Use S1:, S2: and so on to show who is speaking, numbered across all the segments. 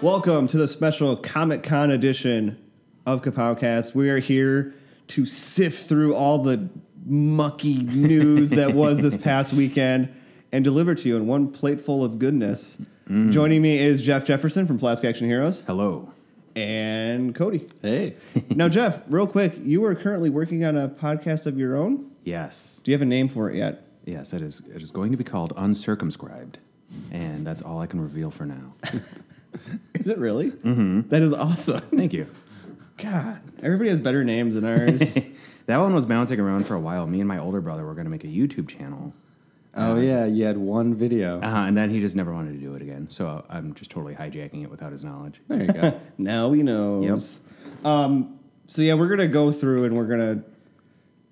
S1: Welcome to the special Comic Con edition of Kapowcast. We are here to sift through all the mucky news that was this past weekend and deliver to you in one plateful of goodness. Joining me is Jeff Jefferson from Flask Action Heroes
S2: Hello.
S1: and Cody.
S2: Hey.
S1: Now, Jeff, real quick, you are currently working on a podcast of your own.
S2: yes.
S1: Do you have a name for it yet?
S2: Yes, it is. It is going to be called uncircumscribed, and that's all I can reveal for now.
S1: Is it really? Mm-hmm. is awesome.
S2: Thank you.
S1: God, everybody has better names than ours.
S2: That one was bouncing around for a while. Me and my older brother were going to make a YouTube channel,
S3: Oh yeah, you had one video.
S2: uh, and then he just never wanted to do it again. So I'm just totally hijacking it without his knowledge.
S3: There you go.
S1: Now he knows. Um, so yeah, we're gonna go through and we're gonna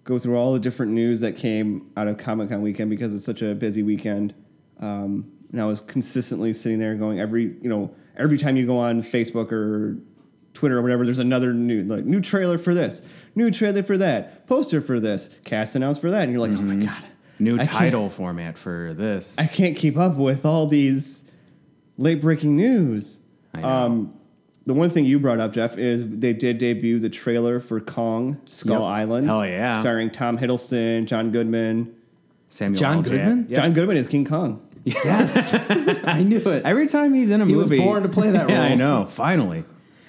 S1: go through all the different news that came out of Comic Con weekend because it's such a busy weekend. Um, and I was consistently sitting there going every you know every time you go on Facebook or Twitter or whatever, there's another new like new trailer for this, new trailer for that, poster for this, cast announced for that, and you're like, oh my god,
S2: New
S1: I can't-
S2: title format for this.
S1: I can't keep up with all these late breaking news.
S2: I know.
S1: Um, the one thing you brought up, Jeff, is they did debut the trailer for Kong Skull
S2: Yep.
S1: Island.
S2: Hell yeah.
S1: Starring Tom Hiddleston, John Goodman.
S2: Samuel
S3: John
S2: L. Jack-
S3: Goodman?
S2: Yeah.
S1: John Goodman is King Kong.
S3: yes, I knew it.
S2: Every time he's in a
S3: He was
S2: movie,
S3: born to play that
S2: Yeah, I
S3: role.
S2: know. Finally,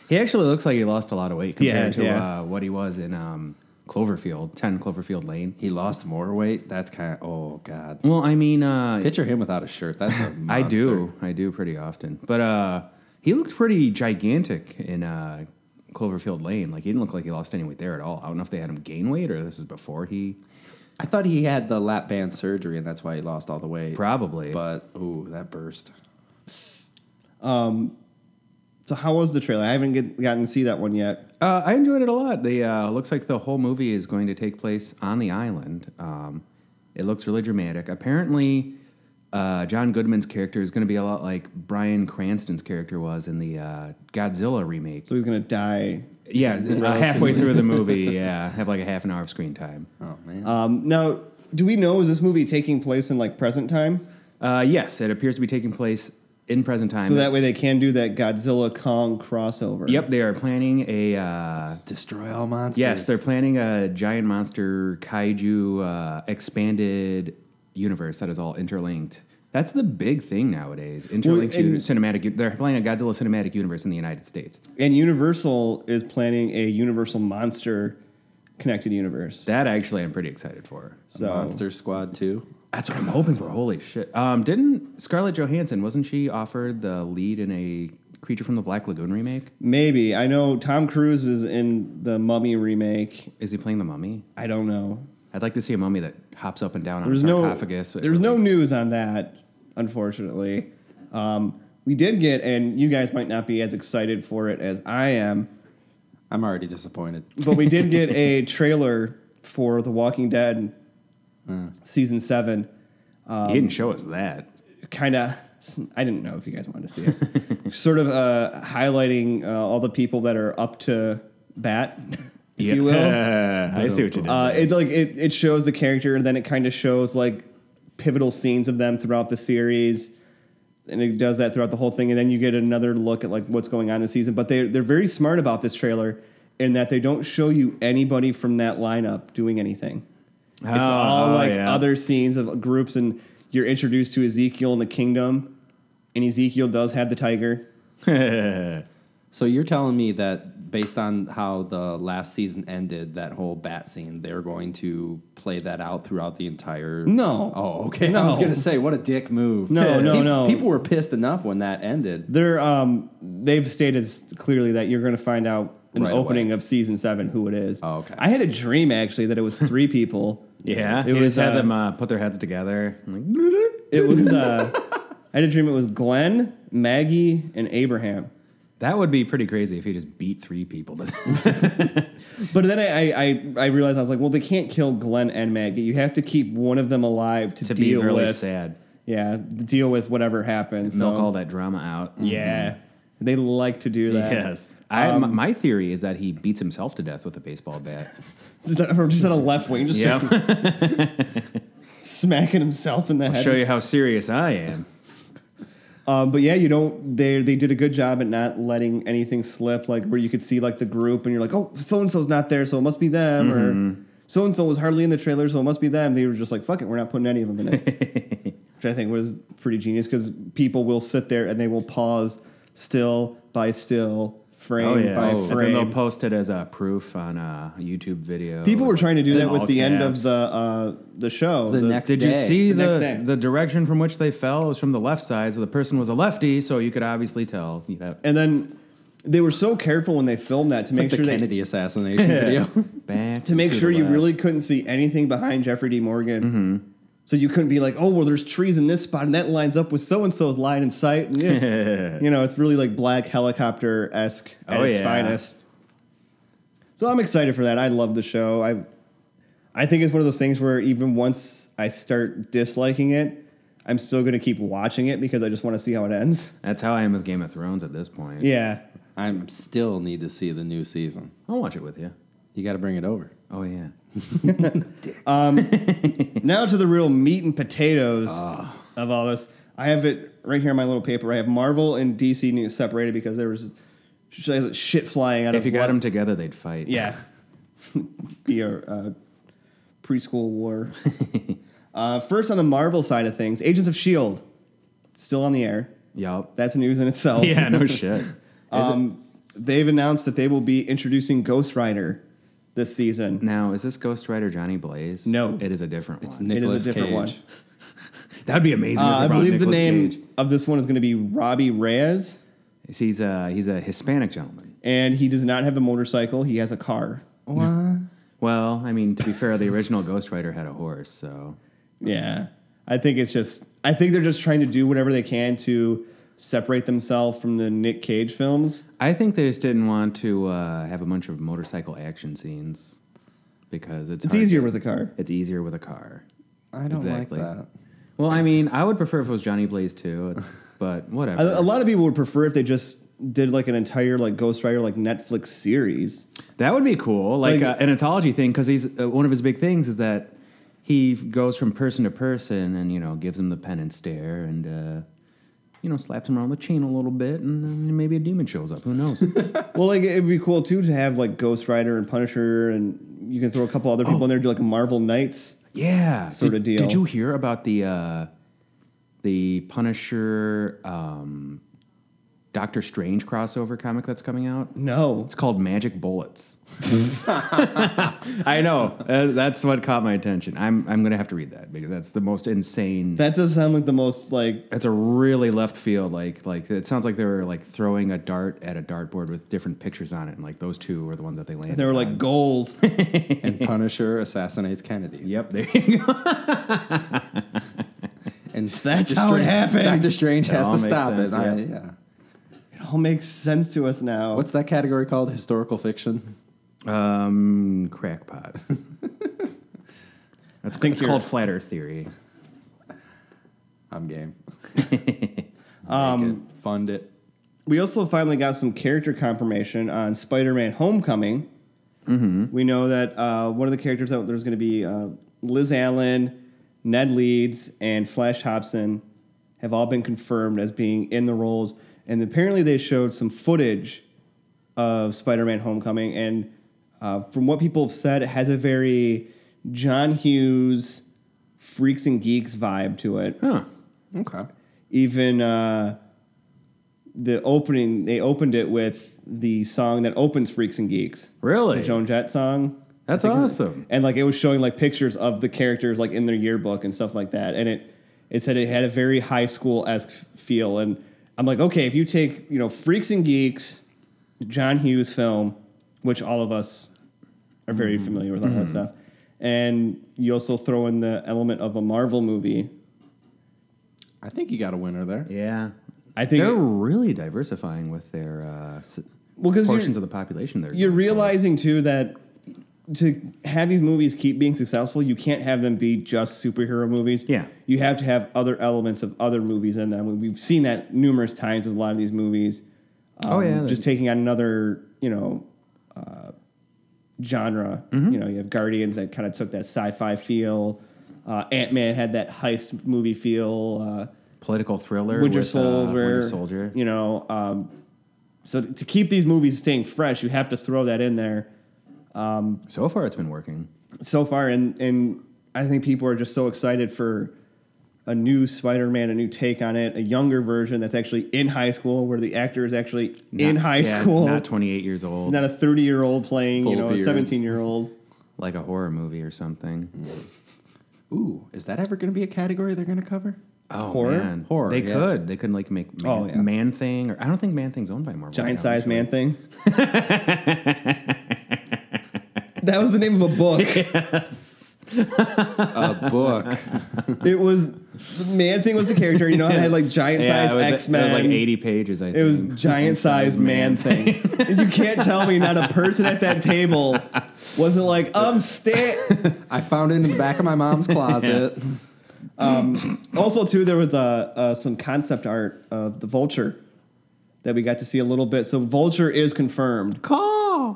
S2: he actually looks like he lost a lot of weight compared
S1: Yes,
S2: to
S1: yeah.
S2: uh, what he was in um, Cloverfield, Ten Cloverfield Lane.
S3: he lost more weight. That's kind of oh god.
S2: Well, I mean, uh,
S3: Picture him without a shirt. That's a monster.
S2: I do, I do pretty often, but uh, he looked pretty gigantic in uh, Cloverfield Lane. Like he didn't look like he lost any weight there at all. I don't know if they had him gain weight or this is before he
S3: I thought he had the lap band surgery, and that's why he lost all the weight.
S2: probably.
S3: But ooh, that burst.
S1: So how was the trailer? I haven't get, gotten to see that one yet.
S2: Uh, I enjoyed it a lot. The uh, looks like the whole movie is going to take place on the island. Um, it looks really dramatic. Apparently, uh, John Goodman's character is going to be a lot like Brian Cranston's character was in the uh, Godzilla remake.
S1: So he's gonna die.
S2: yeah, uh, halfway through the movie, yeah, have like a half an hour of screen time.
S3: Oh man.
S1: Um, now, do we know is this movie taking place in like present time?
S2: Uh, yes, it appears to be taking place in present time.
S1: So that way they can do that Godzilla Kong crossover.
S2: yep, they are planning a. Uh,
S3: Destroy all monsters.
S2: Yes, they're planning a giant monster kaiju uh, expanded universe that is all interlinked. That's the big thing nowadays. Interlinked
S1: and-
S2: uni- cinematic. u- They're planning a Godzilla cinematic universe in the United States.
S1: And Universal is planning a Universal Monster connected universe.
S2: That actually, I'm pretty excited for.
S1: so
S3: Monster Squad Two.
S2: That's what I'm hoping for. Holy shit! Um, didn't Scarlett Johansson wasn't she offered the lead in a Creature from the Black Lagoon remake?
S1: Maybe I know Tom Cruise is in the Mummy remake.
S2: Is he playing the mummy?
S1: I don't know.
S2: I'd like to see a mummy that hops up and down on
S1: There's
S2: a
S1: no
S2: sarcophagus.
S1: There's no news on that, unfortunately. Um, we did get, and you guys might not be as excited for it as I am,
S3: I'm already disappointed.
S1: but we did get a trailer for The Walking Dead Hmm. season seven.
S2: he didn't show us that.
S1: kind of I didn't know if you guys wanted to see it. sort of uh, highlighting uh, all the people that are up to bat, if you will.
S2: I see what you did.
S1: Uh, it like it, it shows the character, and then it kind of shows like pivotal scenes of them throughout the series, and it does that throughout the whole thing. And then you get another look at like what's going on this season. But they they're very smart about this trailer in that they don't show you anybody from that lineup doing anything. It's
S2: Oh,
S1: all uh,
S2: oh,
S1: like
S2: yeah.
S1: other scenes of groups, and you're introduced to Ezekiel and the kingdom, and Ezekiel does have the tiger.
S3: So you're telling me that based on how the last season ended, that whole bat scene, they're going to play that out throughout the entire.
S1: No.
S3: Oh, okay.
S1: No.
S3: I was gonna say, what a dick move.
S1: No, no,
S3: Pe-
S1: no.
S3: People were pissed enough when that ended.
S1: They're um they've stated s- clearly that you're going to find out in
S3: Right
S1: the
S3: away.
S1: opening of season seven who it is.
S3: Oh, okay.
S1: I had a dream actually that it was three people.
S2: Yeah,
S1: it
S2: you
S1: was
S2: just had
S1: uh,
S2: them uh, put their heads together. and like,
S1: It was. Uh, I had a dream it was Glenn, Maggie, and Abraham.
S2: that would be pretty crazy if he just beat three people. to-
S1: But then I, I I realized I was like, well, they can't kill Glenn and Maggie. You have to keep one of them alive to,
S2: to be
S1: deal
S2: really
S1: with.
S2: sad,
S1: Yeah, to deal with whatever happens.
S2: milk
S1: so-
S2: all that drama out. Mm-hmm.
S1: Yeah, they like to do that. um,
S2: Yes, I, my, my theory is that he beats himself to death with a baseball bat.
S1: just, or just on a left wing, just
S2: yeah,
S1: smacking himself in the head.
S2: show you how serious I am.
S1: Um, but yeah, you don't. They they did a good job at not letting anything slip, like where you could see like the group, and you're like, oh, so and so's not there, so it must be them,
S2: Mm-hmm.
S1: or so and so was hardly in the trailer, so it must be them. They were just like, fuck it, we're not putting any of them in it, which I think was pretty genius because people will sit there and they will pause still by still, frame
S2: Oh yeah,
S1: by
S2: and
S1: frame.
S2: then they'll post it as a proof on a YouTube video.
S1: People were
S2: Like,
S1: trying to do
S2: in
S1: that
S2: all
S1: with the end of
S2: caps.
S1: the uh, the show.
S3: The next
S2: Did you
S3: day.
S2: see
S1: The next
S2: the
S1: day.
S2: the, direction from which they fell? It was from the left side, so the person was a lefty, so you could obviously tell. You know,
S1: and then they were so careful when they filmed that to
S3: It's
S1: make
S3: like the
S1: sure they
S3: Kennedy assassination video.
S2: back
S1: to make
S2: the Mm-hmm.
S1: sure you
S2: left.
S1: really couldn't see anything behind Jeffrey D. Morgan. So you couldn't be like, oh well, there's trees in this spot, and that lines up with so and so's line in sight. And, you know, it's really like black helicopter esque at
S2: Oh,
S1: its
S2: yeah.
S1: finest. So I'm excited for that. I love the show. I, I think it's one of those things where even once I start disliking it, I'm still going to keep watching it because I just want to see how it ends.
S2: That's how I am with Game of Thrones at this point.
S1: Yeah.
S3: I still need to see the new season.
S2: I'll watch it with you.
S3: You got to bring it over.
S2: Oh yeah,
S1: now to the real meat and potatoes
S2: Ah.
S1: of all this. I have it right here in my little paper. I have Marvel and DC news separated because there was sh- shit flying out
S2: if
S1: of
S2: you got
S1: what-
S2: them together, they'd fight.
S1: Yeah, be a uh, preschool war. uh, first on the Marvel side of things, Agents of Shield E still on the air.
S2: yup.
S1: That's news in itself.
S2: Yeah, no shit. Is it,
S1: Um, they've announced that they will be introducing Ghost Rider this season.
S2: now is this Ghost Rider Johnny Blaze?
S1: No.
S2: it is a different one.
S1: It
S3: Nicolas
S1: is a different
S3: Cage.
S1: one.
S2: That'd be amazing.
S1: Uh,
S2: if
S1: I
S2: they brought
S1: believe the
S2: Nicolas
S1: name
S2: Cage.
S1: of this one is going to be Robbie Reyes.
S2: He's a he's a Hispanic gentleman.
S1: and he does not have a motorcycle. He has a car.
S2: Well, I mean, to be fair, the original Ghost Rider had a horse, so
S1: Yeah, I think it's just. I think they're just trying to do whatever they can to separate themselves from the Nick Cage films.
S2: I think they just didn't want to uh, have a bunch of motorcycle action scenes because it's
S1: It's
S2: hard-
S1: easier with a car.
S2: It's easier with a car.
S3: I don't
S2: Exactly.
S3: like that.
S2: Well, I mean, I would prefer if it was Johnny Blaze too, but whatever.
S1: A, a lot of people would prefer if they just did like an entire like Ghost Rider like Netflix series.
S2: That would be cool, like,
S1: Like-
S2: uh, an anthology thing, because he's uh, one of his big things is that he goes from person to person and you know gives him the pen and stare and uh, you know slaps him around the chain a little bit and then maybe a demon shows up. Who knows?
S1: Well, like it'd be cool too to have like Ghost Rider and Punisher, and you can throw a couple other people in there, do like a Marvel Knights.
S2: yeah,
S1: Sorta
S2: did,
S1: deal.
S2: Did you hear about the uh, the Punisher um, Doctor Strange crossover comic that's coming out?
S1: No,
S2: It's called Magic Bullets. I know. Uh, that's what caught my attention. I'm I'm gonna have to read that because that's the most insane.
S1: that does sound like the most like
S2: That's a really left field. Like like it sounds like they were like throwing a dart at a dartboard with different pictures on it, and like those two were the ones that they landed.
S1: they were
S2: on.
S1: like gold.
S3: And Punisher assassinates Kennedy.
S2: yep, there you go.
S3: And
S1: That's
S3: Doctor
S1: how it
S3: Strange-
S1: happened.
S3: Doctor Strange has
S2: all
S3: to
S2: makes
S3: stop
S2: sense,
S3: it. I-
S2: yeah.
S3: yeah.
S1: it all makes sense to us now.
S3: What's that category called? Historical fiction.
S2: Um, crackpot. That's
S1: think
S2: it's
S1: you're-
S2: called flat Earth theory.
S3: I'm game. um, fund it.
S1: We also finally got some character confirmation on Spider-Man: Homecoming. We know that uh, one of the characters out there's going to be uh, Liz Allen, Ned Leeds, and Flash Hobson have all been confirmed as being in the roles, and apparently they showed some footage of Spider-Man: Homecoming, and uh, from what people have said, it has a very John Hughes Freaks and Geeks vibe to it
S2: Huh.
S3: Okay.
S1: even uh, the opening they opened it with the song that opens Freaks and Geeks.
S2: Really?
S1: The Joan Jett song.
S2: That's awesome.
S1: And like it was showing like pictures of the characters like in their yearbook and stuff like that. And it it said it had a very high school esque feel. And I'm like, okay, if you take, you know, Freaks and Geeks, John Hughes film, which all of us are very
S2: Mm-hmm.
S1: familiar with all that stuff. And you also throw in the element of a Marvel movie.
S3: I think you got a winner there.
S2: Yeah.
S1: I think
S2: They're really diversifying with their uh, s-
S1: Well, 'cause you're-
S2: portions of the population. There,
S1: You're realizing too that to have these movies keep being successful, you can't have them be just superhero movies.
S2: Yeah.
S1: You have to have other elements of other movies in them. We've seen that numerous times with a lot of these movies.
S2: Oh, yeah.
S1: Just taking on another, you know, uh, genre.
S2: Mm-hmm.
S1: You know, you have Guardians that kind of took that sci fi feel. Uh, Ant Man had that heist movie feel. Uh,
S2: political thriller.
S1: Winter
S2: with, uh,
S1: Soldier,
S2: Winter Soldier.
S1: You know, um, so to keep these movies staying fresh, you have to throw that in there
S2: So far, it's been working.
S1: so far, and and I think people are just so excited for a new Spider-Man, a new take on it, a younger version that's actually in high school, where the actor is actually in
S2: Not-
S1: high
S2: yeah,
S1: school,
S2: not 28 years old,
S1: not a thirty-year-old playing, you
S3: Full
S1: know,
S3: beards.
S1: a seventeen-year-old.
S2: like a horror movie or something.
S3: Ooh, is that ever going to be a category they're going to cover?
S2: Oh
S1: Horror?
S2: man,
S3: Horror,
S2: They
S3: yeah.
S2: could. They could like make man,
S1: Oh, yeah.
S2: man thing, or I don't think man thing's owned by Marvel.
S1: Giant
S2: now,
S1: sized
S2: actually.
S1: man thing. that was the name of a book.
S3: A book.
S1: It was man thing was the character. You know, it had like giant
S2: Yeah, it
S1: sized
S2: was-
S1: X Men.
S2: It was like 80 pages. I think.
S1: It was giant sized man thing. and you can't tell me not a person at that table wasn't like, um, stay.
S3: I found it in the back of my mom's closet.
S1: Also, too, there was uh, uh, some concept art of the vulture that we got to see a little bit. So, vulture is confirmed.
S2: Call.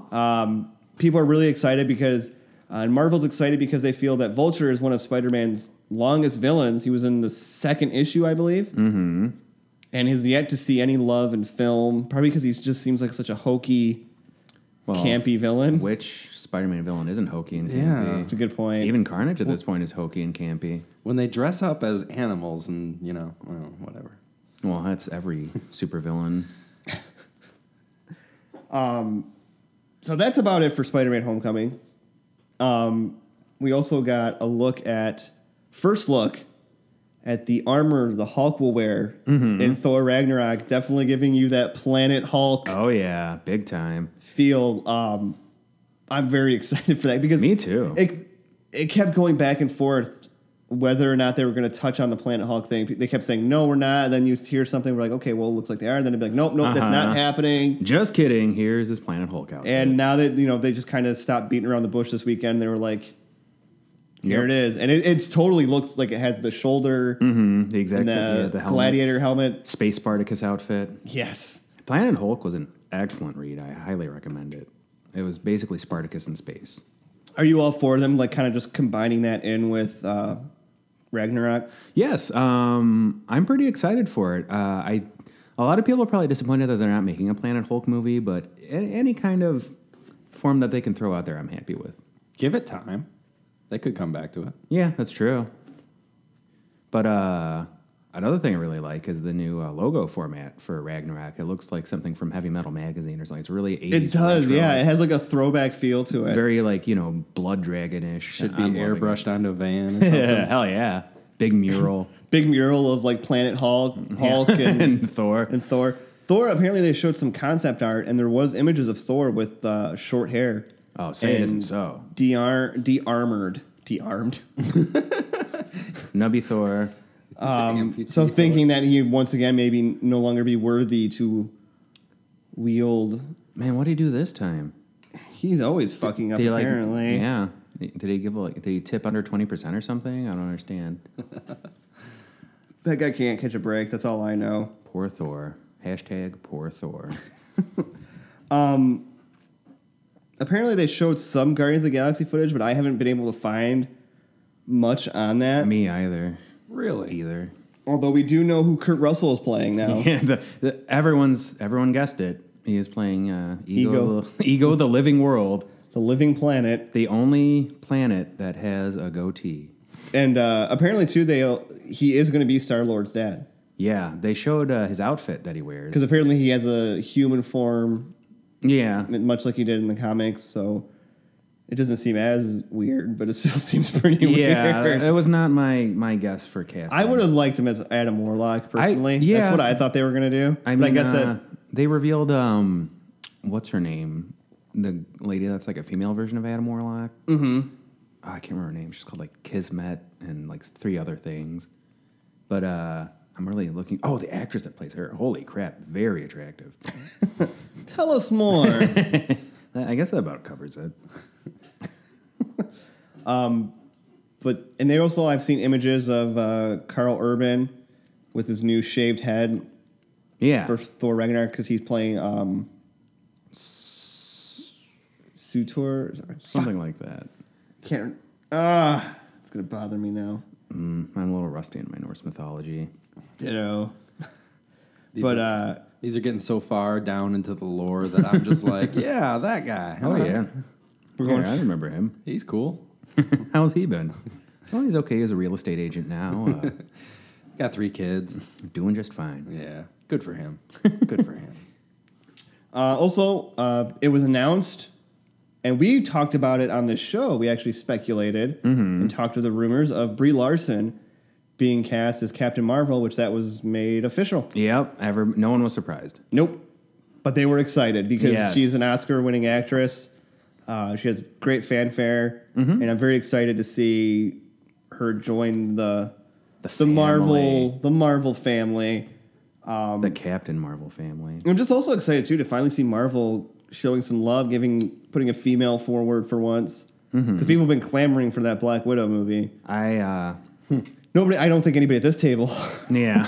S1: people are really excited because uh, and Marvel's excited because they feel that Vulture is one of Spider-Man's longest villains. He was in the second issue, I believe, mm-hmm. and has yet to see any love in film. Probably because he just seems like such a hokey,
S2: Well,
S1: campy villain.
S2: Which Spider-Man villain isn't hokey and
S3: Yeah.
S1: That's
S2: campy?
S1: a good point.
S2: Even Carnage at this point is hokey and campy.
S3: When they dress up as animals and, you know, well, whatever.
S2: Well, that's every supervillain.
S1: so that's about it for Spider-Man: Homecoming. Um, we also got a look at first look at the armor the Hulk will wear
S2: Mm-hmm.
S1: in Thor Ragnarok. Definitely giving you that Planet Hulk
S2: Oh yeah, big time.
S1: feel um I'm very excited for that because
S2: Me too.
S1: It it kept going back and forth whether or not they were going to touch on the Planet Hulk thing. They kept saying no, we're not. And then you hear something, we're like, okay, well, it looks like they are. And then it'd be like, nope, nope, that's
S2: Uh-huh.
S1: not happening.
S2: Just kidding. Here's his Planet Hulk outfit.
S1: And now that you know, they just kind of stopped beating around the bush this weekend. They were like, here
S2: Yep.
S1: it is, and it it's totally looks like it has the shoulder
S2: Mhm, the exact
S1: and the,
S2: same- yeah, the helmet.
S1: gladiator helmet.
S2: Space Spartacus outfit.
S1: Yes,
S2: Planet Hulk was an excellent read. I highly recommend it. It was basically Spartacus in space.
S1: are you all for them? Like, kind of just combining that in with uh, Ragnarok.
S2: Yes, um, I'm pretty excited for it. Uh, I a lot of people are probably disappointed that they're not making a Planet Hulk movie, but a- any kind of form that they can throw out there, I'm happy with.
S3: Give it time. They could come back to it.
S2: Yeah, that's true. But uh, another thing I really like is the new uh, logo format for Ragnarok. It looks like something from Heavy Metal Magazine or something. It's really 80s.
S1: It does,
S2: retro.
S1: yeah. It has like a throwback feel to it.
S2: Very like you know blood dragonish.
S3: Should be
S2: I'm loving it.
S3: airbrushed onto a van or something.
S2: Yeah, hell yeah, big mural
S1: Big mural of like Planet Hulk,
S2: Mm-hmm.
S1: Hulk and,
S2: and Thor.
S1: and Thor. Thor. Apparently, they showed some concept art, and there was images of Thor with uh, short hair.
S2: Oh, say it
S1: and
S2: isn't so.
S1: De-ar- de-armored, de-armed.
S2: Nubby Thor.
S3: Um,
S1: so thinking that he once again maybe no longer be worthy to wield.
S2: Man, what did he do this time?
S1: He's always fucking up.
S2: Did he like?
S1: apparently,
S2: Yeah. Did he give like? Did he tip under twenty percent or something? I don't understand.
S1: that guy can't catch a break. That's all I know.
S2: Poor Thor. Hashtag poor Thor.
S1: Apparently, they showed some Guardians of the Galaxy footage, but I haven't been able to find much on that.
S2: Me either.
S3: Really?
S2: Either.
S1: Although we do know who Kurt Russell is playing now.
S2: Yeah. The, the, everyone's everyone guessed it. He is playing uh, Ego.
S1: Ego.
S2: Ego. the Living World,
S1: the Living Planet,
S2: the only planet that has a goatee.
S1: and uh, apparently too, they he is going to be Star Lord's dad
S2: Yeah, they showed uh, his outfit that he wears.
S1: because apparently he has a human form,
S2: Yeah,
S1: much like he did in the comics. So it doesn't seem as weird, but it still seems pretty
S2: yeah,
S1: weird.
S2: that was not my my guess for casting.
S1: I would have liked him as Adam Warlock personally.
S2: yeah.
S1: That's what I thought they were going to do.
S2: I
S1: but
S2: mean,
S1: I guess
S2: uh, they revealed um, what's her name, the lady that's like a female version of Adam Warlock. Mm-hmm. I can't remember her name. She's called like Kismet and like three other things. But uh, I'm really looking. Oh, the actress that plays her. Holy crap! Very attractive.
S1: that tell us more.
S2: I guess that about covers it.
S1: but and they also I've seen images of uh, Carl Urban with his new shaved head
S2: Yeah.
S1: for Thor Ragnarok because he's playing um, Sutor.
S2: Something like that.
S1: Can't. Ah, it's gonna bother me now.
S2: I'm a little rusty in my Norse mythology.
S1: Ditto.
S3: These
S1: but
S3: are-
S1: uh,
S3: These are getting so far down into the lore that I'm just like, yeah, that guy.
S2: Oh
S3: huh?
S2: yeah,
S1: We're going-
S2: Yeah, I remember him.
S3: he's cool.
S2: How's he been? Well, he's okay as a real estate agent now, uh,
S3: Got three kids.
S2: doing just fine.
S3: Yeah, good for him. Good for him.
S1: Uh, also, uh, it was announced, and we talked about it on this show. We actually speculated
S2: Mm-hmm.
S1: and talked of the rumors of Brie Larson being cast as Captain Marvel, which that was made official.
S2: Yep, ever. No one was surprised.
S1: Nope, but they were excited because
S2: Yes.
S1: she's an Oscar-winning actress. Uh, she has great fanfare,
S2: Mm-hmm.
S1: and I'm very excited to see her join the
S2: The
S1: the
S2: family.
S1: Marvel Um, the Marvel family.
S2: the Captain Marvel family.
S1: I'm just also excited too to finally see Marvel showing some love, giving putting a female forward for once, because
S2: Mm-hmm.
S1: people have been clamoring for that Black Widow movie.
S2: I uh,
S1: Nobody, I don't think anybody at this table.
S2: yeah,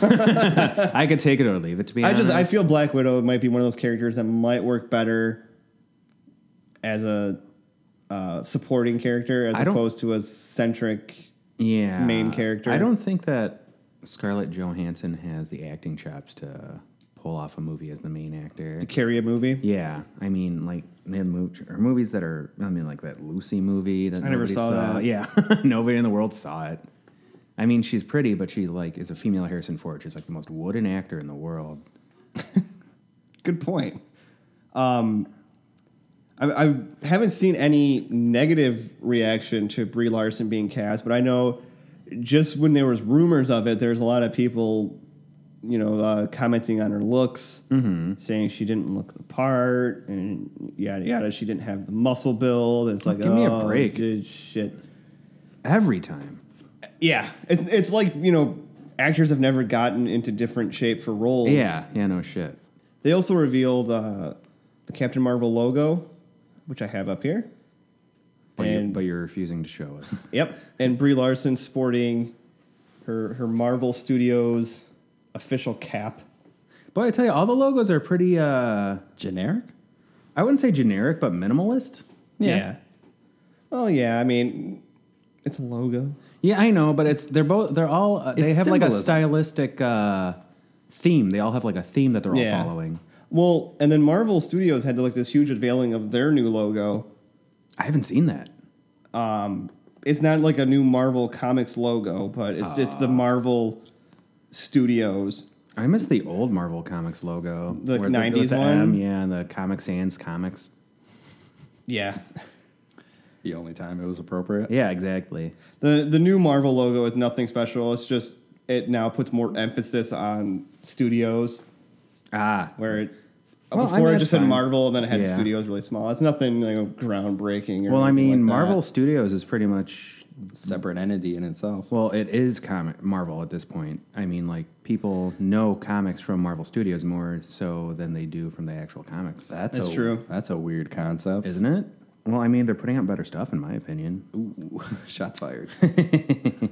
S2: I could take it or leave it. To be
S1: I
S2: honest,
S1: just I feel Black Widow might be one of those characters that might work better as a uh, supporting character as
S2: I don't-
S1: opposed to a centric.
S2: yeah
S1: main character.
S2: I don't think that Scarlett Johansson has the acting chops to pull off a movie as the main actor.
S1: to Carry a movie.
S2: Yeah, I mean, like man, mo- or movies that are. I mean, like that Lucy movie that
S1: never
S2: nobody
S1: saw that.
S2: Yeah, nobody in the world saw it. I mean, she's pretty, but she like is a female Harrison Ford. She's like the most wooden actor in the world.
S1: Good point. Um, I, I haven't seen any negative reaction to Brie Larson being cast, but I know just when there was rumors of it, there's a lot of people, you know, uh, commenting on her looks,
S2: Mm-hmm.
S1: saying she didn't look the part, and yada yada. She didn't have the muscle build. It's like,
S2: Give me a
S1: oh,
S2: break.
S1: good shit.
S2: Every time.
S1: Yeah, it's it's like you know, actors have never gotten into different shape for roles.
S2: Yeah, yeah, no shit.
S1: They also revealed uh, the Captain Marvel logo, which I have up here.
S2: But, you're,
S1: And-
S2: but you're refusing to show us.
S1: Yep, and Brie Larson sporting her her Marvel Studios official cap.
S2: But I tell you, all the logos are pretty. uh
S3: Generic?
S2: I wouldn't say generic, but minimalist.
S1: Oh yeah, I mean, it's a logo.
S2: Yeah, I know, but it's they're both they're all uh, they
S3: It's
S2: have like a
S3: symbolism.
S2: stylistic uh theme. They all have like a theme that they're
S1: Yeah.
S2: all following.
S1: Well, and then Marvel Studios had like this huge unveiling of their new logo.
S2: I haven't seen that.
S1: It's not like a new Marvel Comics logo, but it's just the Marvel Studios.
S2: I miss the old Marvel Comics logo.
S1: The
S2: where
S1: 90s
S2: with the
S1: one?
S2: M, yeah, and the Comic Sans comics.
S1: Yeah.
S3: The only time it was appropriate.
S2: Yeah, exactly.
S1: The the new Marvel logo is nothing special. It's just it now puts more emphasis on studios
S2: Ah,
S1: where it
S2: Well, I
S1: before
S2: mean,
S1: it
S2: that's
S1: just said
S2: fine.
S1: Marvel and then it had
S2: Yeah.
S1: studios really small. It's nothing you know, groundbreaking. Or
S2: well, I
S1: anything
S2: mean,
S1: like that.
S2: Marvel Studios is pretty much
S3: Separate entity in itself.
S2: well, it is comic Marvel at this point. I mean, like people know comics from Marvel Studios more so than they do from the actual comics.
S3: That's,
S1: That's
S3: a,
S1: true.
S3: That's a weird concept.
S2: isn't it? Well, I mean, they're putting out better stuff, in my opinion.
S3: Ooh, shots fired.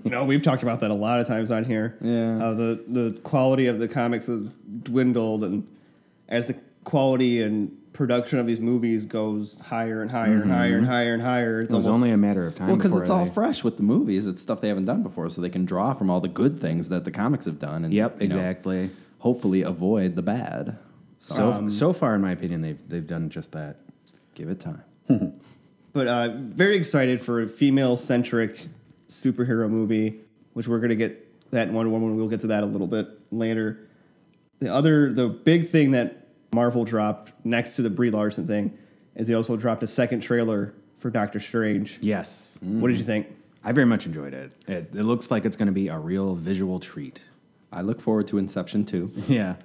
S1: No, we've talked about that a lot of times on here.
S3: Yeah.
S1: how the the quality of the comics has dwindled, and as the quality and production of these movies goes higher and higher and higher and higher and higher, it's
S2: Mm-hmm. It was
S1: almost-
S2: only a matter of time.
S3: well, because
S2: before
S3: it's all
S2: they-
S3: fresh with the movies. It's stuff they haven't done before, so they can draw from all the good things that the comics have done. And
S2: Yep,
S3: you know,
S2: exactly.
S3: hopefully, avoid the bad. So,
S2: so so far, in my opinion, they've they've done just that.
S3: give it time.
S1: But uh, very excited for a female centric superhero movie, which we're going to get that in Wonder Woman. We'll get to that a little bit later. The other, the big thing that Marvel dropped next to the Brie Larson thing is they also dropped a second trailer for Doctor Strange.
S2: Yes,
S1: What did you think?
S2: I very much enjoyed it. It, it looks like it's going to be a real visual treat.
S3: I look forward to Inception 2.
S2: Yeah,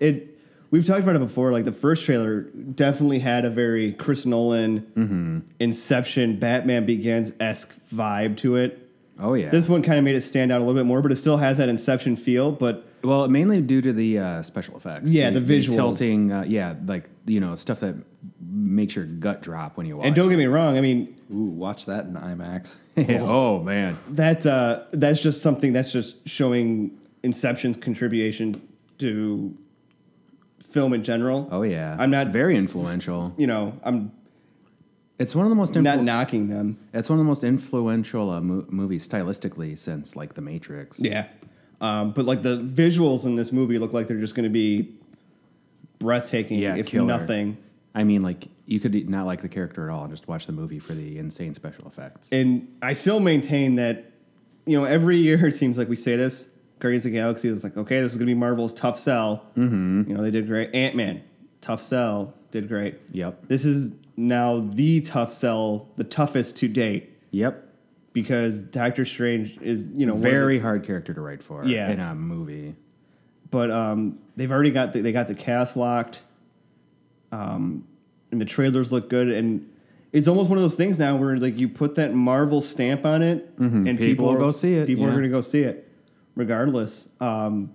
S1: It. We've talked about it before. Like the first trailer definitely had a very Chris Nolan, Inception, Batman Begins esque vibe to it.
S2: oh yeah.
S1: This one kind of made it stand out a little bit more, but it still has that Inception feel. But
S2: well, mainly due to the uh, special effects.
S1: Yeah, the visuals.
S2: tilting. Uh, yeah, like you know stuff that makes your gut drop when you watch.
S1: and don't get me wrong, I mean
S3: Ooh, watch that in IMAX.
S2: oh man,
S1: that uh, that's just something that's just showing Inception's contribution to film in general.
S2: oh yeah.
S1: I'm not
S2: very influential.
S1: You know, I'm
S2: It's one of the most influ-
S1: not knocking them.
S2: It's one of the most influential uh, mo- movies stylistically since like The Matrix.
S1: Yeah. Um, but like the visuals in this movie look like they're just going to be breathtaking,
S2: Yeah,
S1: if
S2: killer.
S1: nothing.
S2: I mean, like you could e-, not like the character at all and just watch the movie for the insane special effects.
S1: And I still maintain that, you know, every year it seems like we say this. Guardians of the Galaxy is like, okay, this is going to be Marvel's tough sell. Mm-hmm. You know, they did great. Ant Man, tough sell, did great.
S2: Yep.
S1: This is now the tough sell, the toughest to date,
S2: Yep.
S1: because Doctor Strange is, you know, one of the-
S2: Very hard character to write for
S1: Yeah.
S2: in a movie.
S1: but um, they've already got the, they got the cast locked, um, and the trailers look good, and it's almost one of those things now where like you put that Marvel stamp on it, and
S2: Mm-hmm. People will go see it,
S1: People are
S2: yeah.
S1: going to go see it, regardless. Um,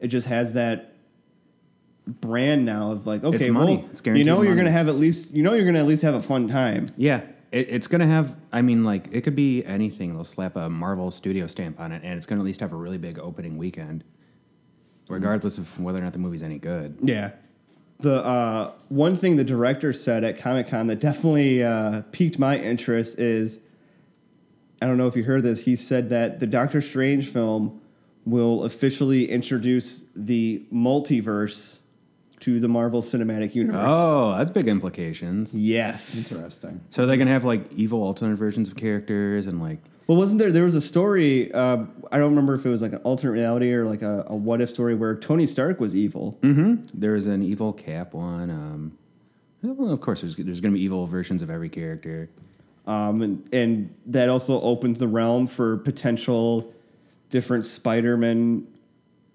S1: it just has that brand now of like okay,
S2: money.
S1: well,
S2: It's
S1: you
S2: guaranteed
S1: know you're
S2: money.
S1: going to have at least you know you're going to at least have a fun time.
S2: Yeah. It, it's gonna have. I mean, like it could be anything. They'll slap a Marvel Studio stamp on it, and it's gonna at least have a really big opening weekend, regardless of whether or not the movie's any good.
S1: Yeah. The uh, one thing the director said at Comic Con that definitely uh, piqued my interest is I don't know if you heard this. He said that the Doctor Strange film will officially introduce the multiverse to the Marvel Cinematic Universe.
S2: Oh, that's big implications.
S1: Yes.
S3: Interesting.
S2: So they're gonna have like evil alternate versions of characters and like
S1: Well, wasn't there? There was a story. Uh, I don't remember if it was like an alternate reality or like a, a what if story where Tony Stark was evil.
S2: There was an evil Cap one. Um, well, of course, there's there's gonna be evil versions of every character.
S1: um, and, and that also opens the realm for potential different Spider-Man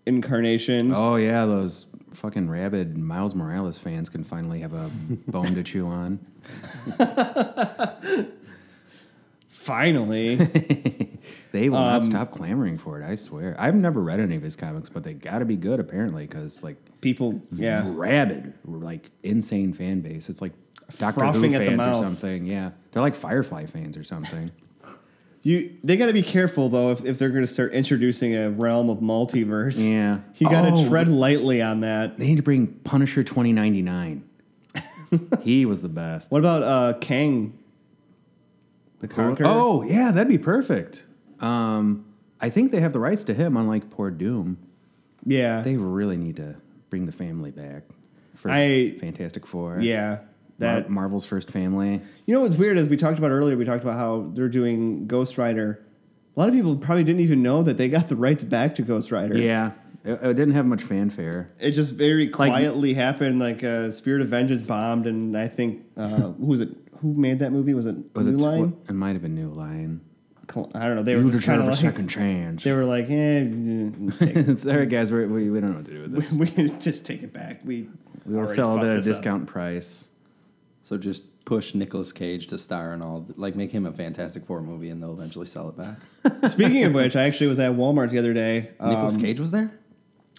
S1: incarnations.
S2: Oh yeah, those fucking rabid Miles Morales fans can finally have a bone to chew on.
S1: Finally,
S2: They will not
S1: Um,
S2: stop clamoring for it. I swear. I've never read any of his comics, but they gotta be good apparently, because like
S1: people, yeah,
S2: rabid, like insane fan base. It's like Doctor
S1: Frothing at
S2: Who
S1: the
S2: fans or
S1: mouth.
S2: something. Yeah, they're like Firefly fans or something.
S1: you they got to be careful though if, if they're going to start introducing a realm of multiverse.
S2: Yeah.
S1: you got to
S2: Oh.
S1: tread lightly on that.
S2: they need to bring Punisher twenty ninety nine. he was the best.
S1: What about uh, Kang, the Conqueror?
S2: Oh yeah, that'd be perfect. Um, I think they have the rights to him, unlike poor Doom.
S1: yeah,
S2: They really need to bring the family back for
S1: I-
S2: Fantastic Four.
S1: yeah.
S2: Mar-
S1: That
S2: Marvel's first family.
S1: You know what's weird is we talked about earlier. We talked about how they're doing Ghost Rider. A lot of people probably didn't even know that they got the rights back to Ghost Rider.
S2: Yeah, it, it didn't have much fanfare.
S1: it just very
S2: Like-
S1: quietly happened. Like uh, Spirit of Vengeance bombed, and I think uh, who was it? Who made that movie? Was it
S2: Was
S1: New
S2: it? tw-
S1: Line?
S2: it might have been New Line.
S1: Cl- I don't know. They were
S2: You
S1: just kind
S2: deserve
S1: of
S2: a
S1: like
S2: second chance.
S1: they were like, eh, mm, take it.
S2: it's all right, guys. We're, we we don't know what to do with
S1: we,
S2: this.
S1: we just take it back. We
S2: We will
S1: already
S2: sell it
S1: fucked
S2: at a
S1: this up.
S2: discount price.
S3: So just push Nicolas Cage to star and all, like make him a Fantastic Four movie, and they'll eventually sell it back.
S1: Speaking of which, I actually was at Walmart the other day.
S3: Nicholas Nicolas Cage was there.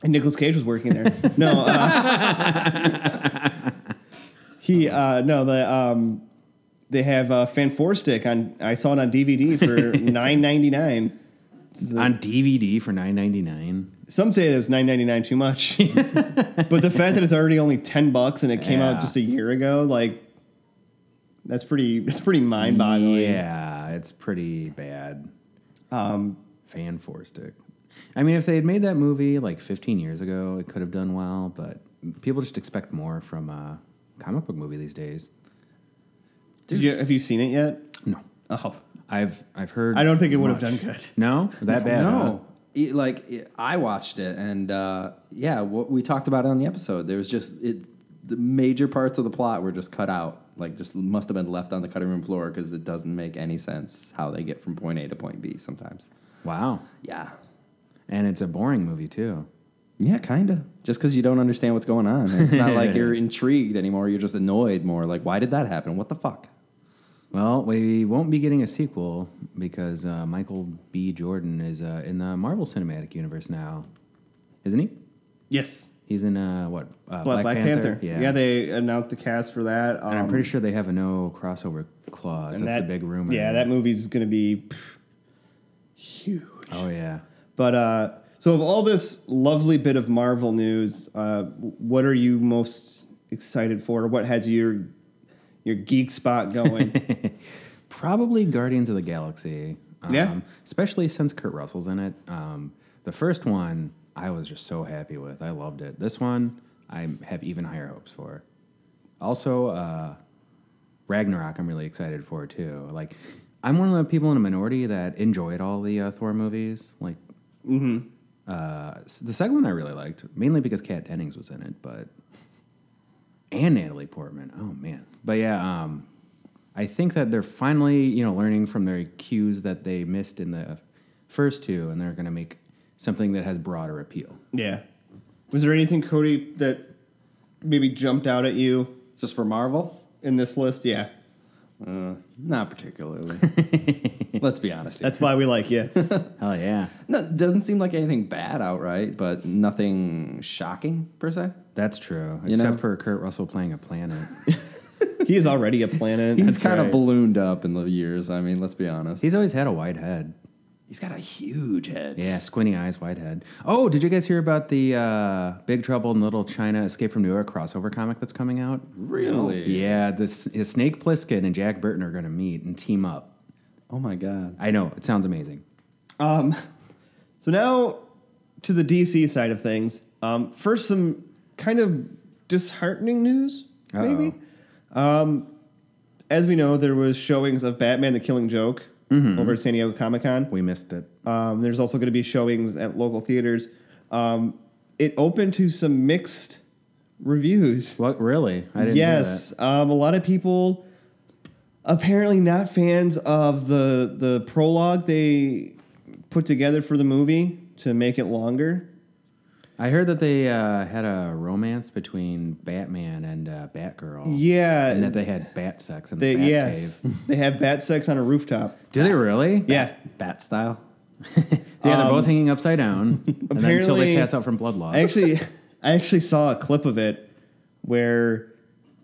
S1: And Nicolas Cage was working there. no, uh, he uh, no the um, they have uh, Fanforstic on. I saw it on DVD for nine ninety nine.
S2: On DVD for nine ninety nine.
S1: Some say it was nine ninety nine too much, but the fact that it's already only ten bucks and it came out
S2: Yeah.
S1: just a year ago, like that's pretty. That's pretty mind boggling.
S2: Yeah, it's pretty bad.
S1: Um,
S2: Fan four stick. I mean, if they had made that movie like 15 years ago, it could have done well. But people just expect more from a comic book movie these days.
S1: Did you have you seen it yet?
S2: No,
S1: Oh,
S2: I've I've heard.
S1: I don't think it would have
S2: much.
S1: done good.
S2: No, that bad. huh?
S3: No, It- like it, I watched it, and uh, yeah, what we talked about it on the episode, there was just it. The major parts of the plot were just cut out. Like, just must have been left on the cutting room floor because it doesn't make any sense how they get from point A to point B sometimes.
S2: Wow,
S3: Yeah.
S2: and it's a boring movie too.
S3: Yeah, kind of. Just because you don't understand what's going on. It's not like you're intrigued anymore. You're just annoyed more. Like, why did that happen? What the fuck?
S2: Well, we won't be getting a sequel because uh, Michael B. Jordan is uh, in the Marvel Cinematic Universe now, isn't he?
S1: Yes,
S2: He's in uh, what? Uh,
S1: Black, Black Panther.
S2: Yeah.
S1: Yeah. they announced the cast for that.
S2: And I'm
S1: um,
S2: pretty sure they have a no crossover clause. That's
S1: that,
S2: the big rumor.
S1: Yeah, that movie's going to be huge.
S2: Oh yeah.
S1: But uh, so, of all this lovely bit of Marvel news, uh, what are you most excited for? What has your your geek spot going?
S2: Probably Guardians of the Galaxy. Um,
S1: Yeah.
S2: Especially since Kurt Russell's in it. Um, The first one I was just so happy with. I loved it. This one I have even higher hopes for. Also, uh, Ragnarok, I'm really excited for too. Like, I'm one of the people in a minority that enjoyed all the uh, Thor movies. Like, uh, s- the second one I really liked, mainly because Kat Dennings was in it, but and Natalie Portman. Oh man, but yeah, um, I think that they're finally you know learning from their cues that they missed in the first two, and they're going to make something that has broader appeal.
S1: Yeah. Was there anything, Cody, that maybe jumped out at you
S3: Just for Marvel?
S1: in this list? Yeah.
S3: Not particularly. Let's be honest. Here.
S1: That's why we like you.
S2: Hell yeah,
S3: No, it doesn't seem like anything bad outright, but nothing shocking per se.
S2: that's true.
S3: You
S2: Except
S3: know?
S2: for Kurt Russell playing a planet.
S1: He's already a planet.
S3: He's
S1: That's
S3: kind
S1: right.
S3: of ballooned up in the years. I mean, let's be honest.
S2: He's always had a wide head.
S3: He's got a huge head.
S2: Yeah, squinty eyes, wide head. Oh, did you guys hear about the uh, Big Trouble in Little China Escape from New York crossover comic that's coming out?
S3: Really?
S2: Yeah, this is Snake Plissken and Jack Burton are going to meet and team up.
S3: Oh my god.
S2: I know it sounds amazing.
S1: Um, so now to the DC side of things. Um, first, some kind of disheartening news, maybe. Um, as we know, there was showings of Batman: The Killing Joke over at San Diego Comic Con.
S2: We missed it.
S1: Um, there's also going to be showings at local theaters. Um, it opened to some mixed reviews.
S2: What really? I didn't
S1: yes, um, a lot of people apparently not fans of the the prologue they put together for the movie to make it longer.
S2: Hear that. I heard that they uh, had a romance between Batman and uh, Batgirl.
S1: Yeah,
S2: and that they had bat sex in
S1: they,
S2: the Bat
S1: yes,
S2: Cave.
S1: they have bat sex on a rooftop.
S2: Do they really?
S1: Yeah, Um,
S3: Bat style.
S2: Yeah, they're both hanging upside down and then until
S1: Apparently-
S2: they pass out from blood loss.
S1: I actually I actually saw a clip of it where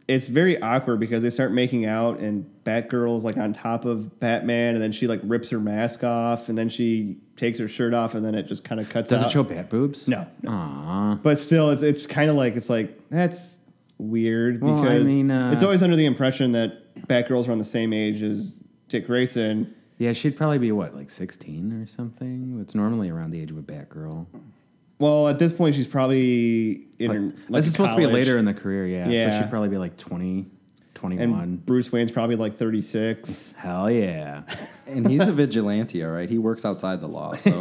S1: it's very awkward because they start making out and Batgirl's like on top of Batman and then she like rips her mask off and then she takes her shirt off and then it just kind of cuts
S2: Does
S1: out.
S2: it show bat boobs?
S1: uh, No, no.
S2: Aww.
S1: But still, it's it's kind of like it's like that's weird
S2: Well, I
S1: because
S2: mean, uh,
S1: it's always under the impression that Batgirls are on the same age as Dick Grayson.
S2: Yeah, she'd probably be what, like sixteen or something. It's normally around the age of a Batgirl.
S1: Well, at this point, she's probably in her, like
S2: this is supposed to be
S1: college,
S2: later in the career, yeah. So
S1: Yeah.
S2: she'd probably be like 20, 21.
S1: and Bruce Wayne's probably like thirty six.
S2: Hell yeah.
S3: And he's a vigilante, all right? He works outside the law. So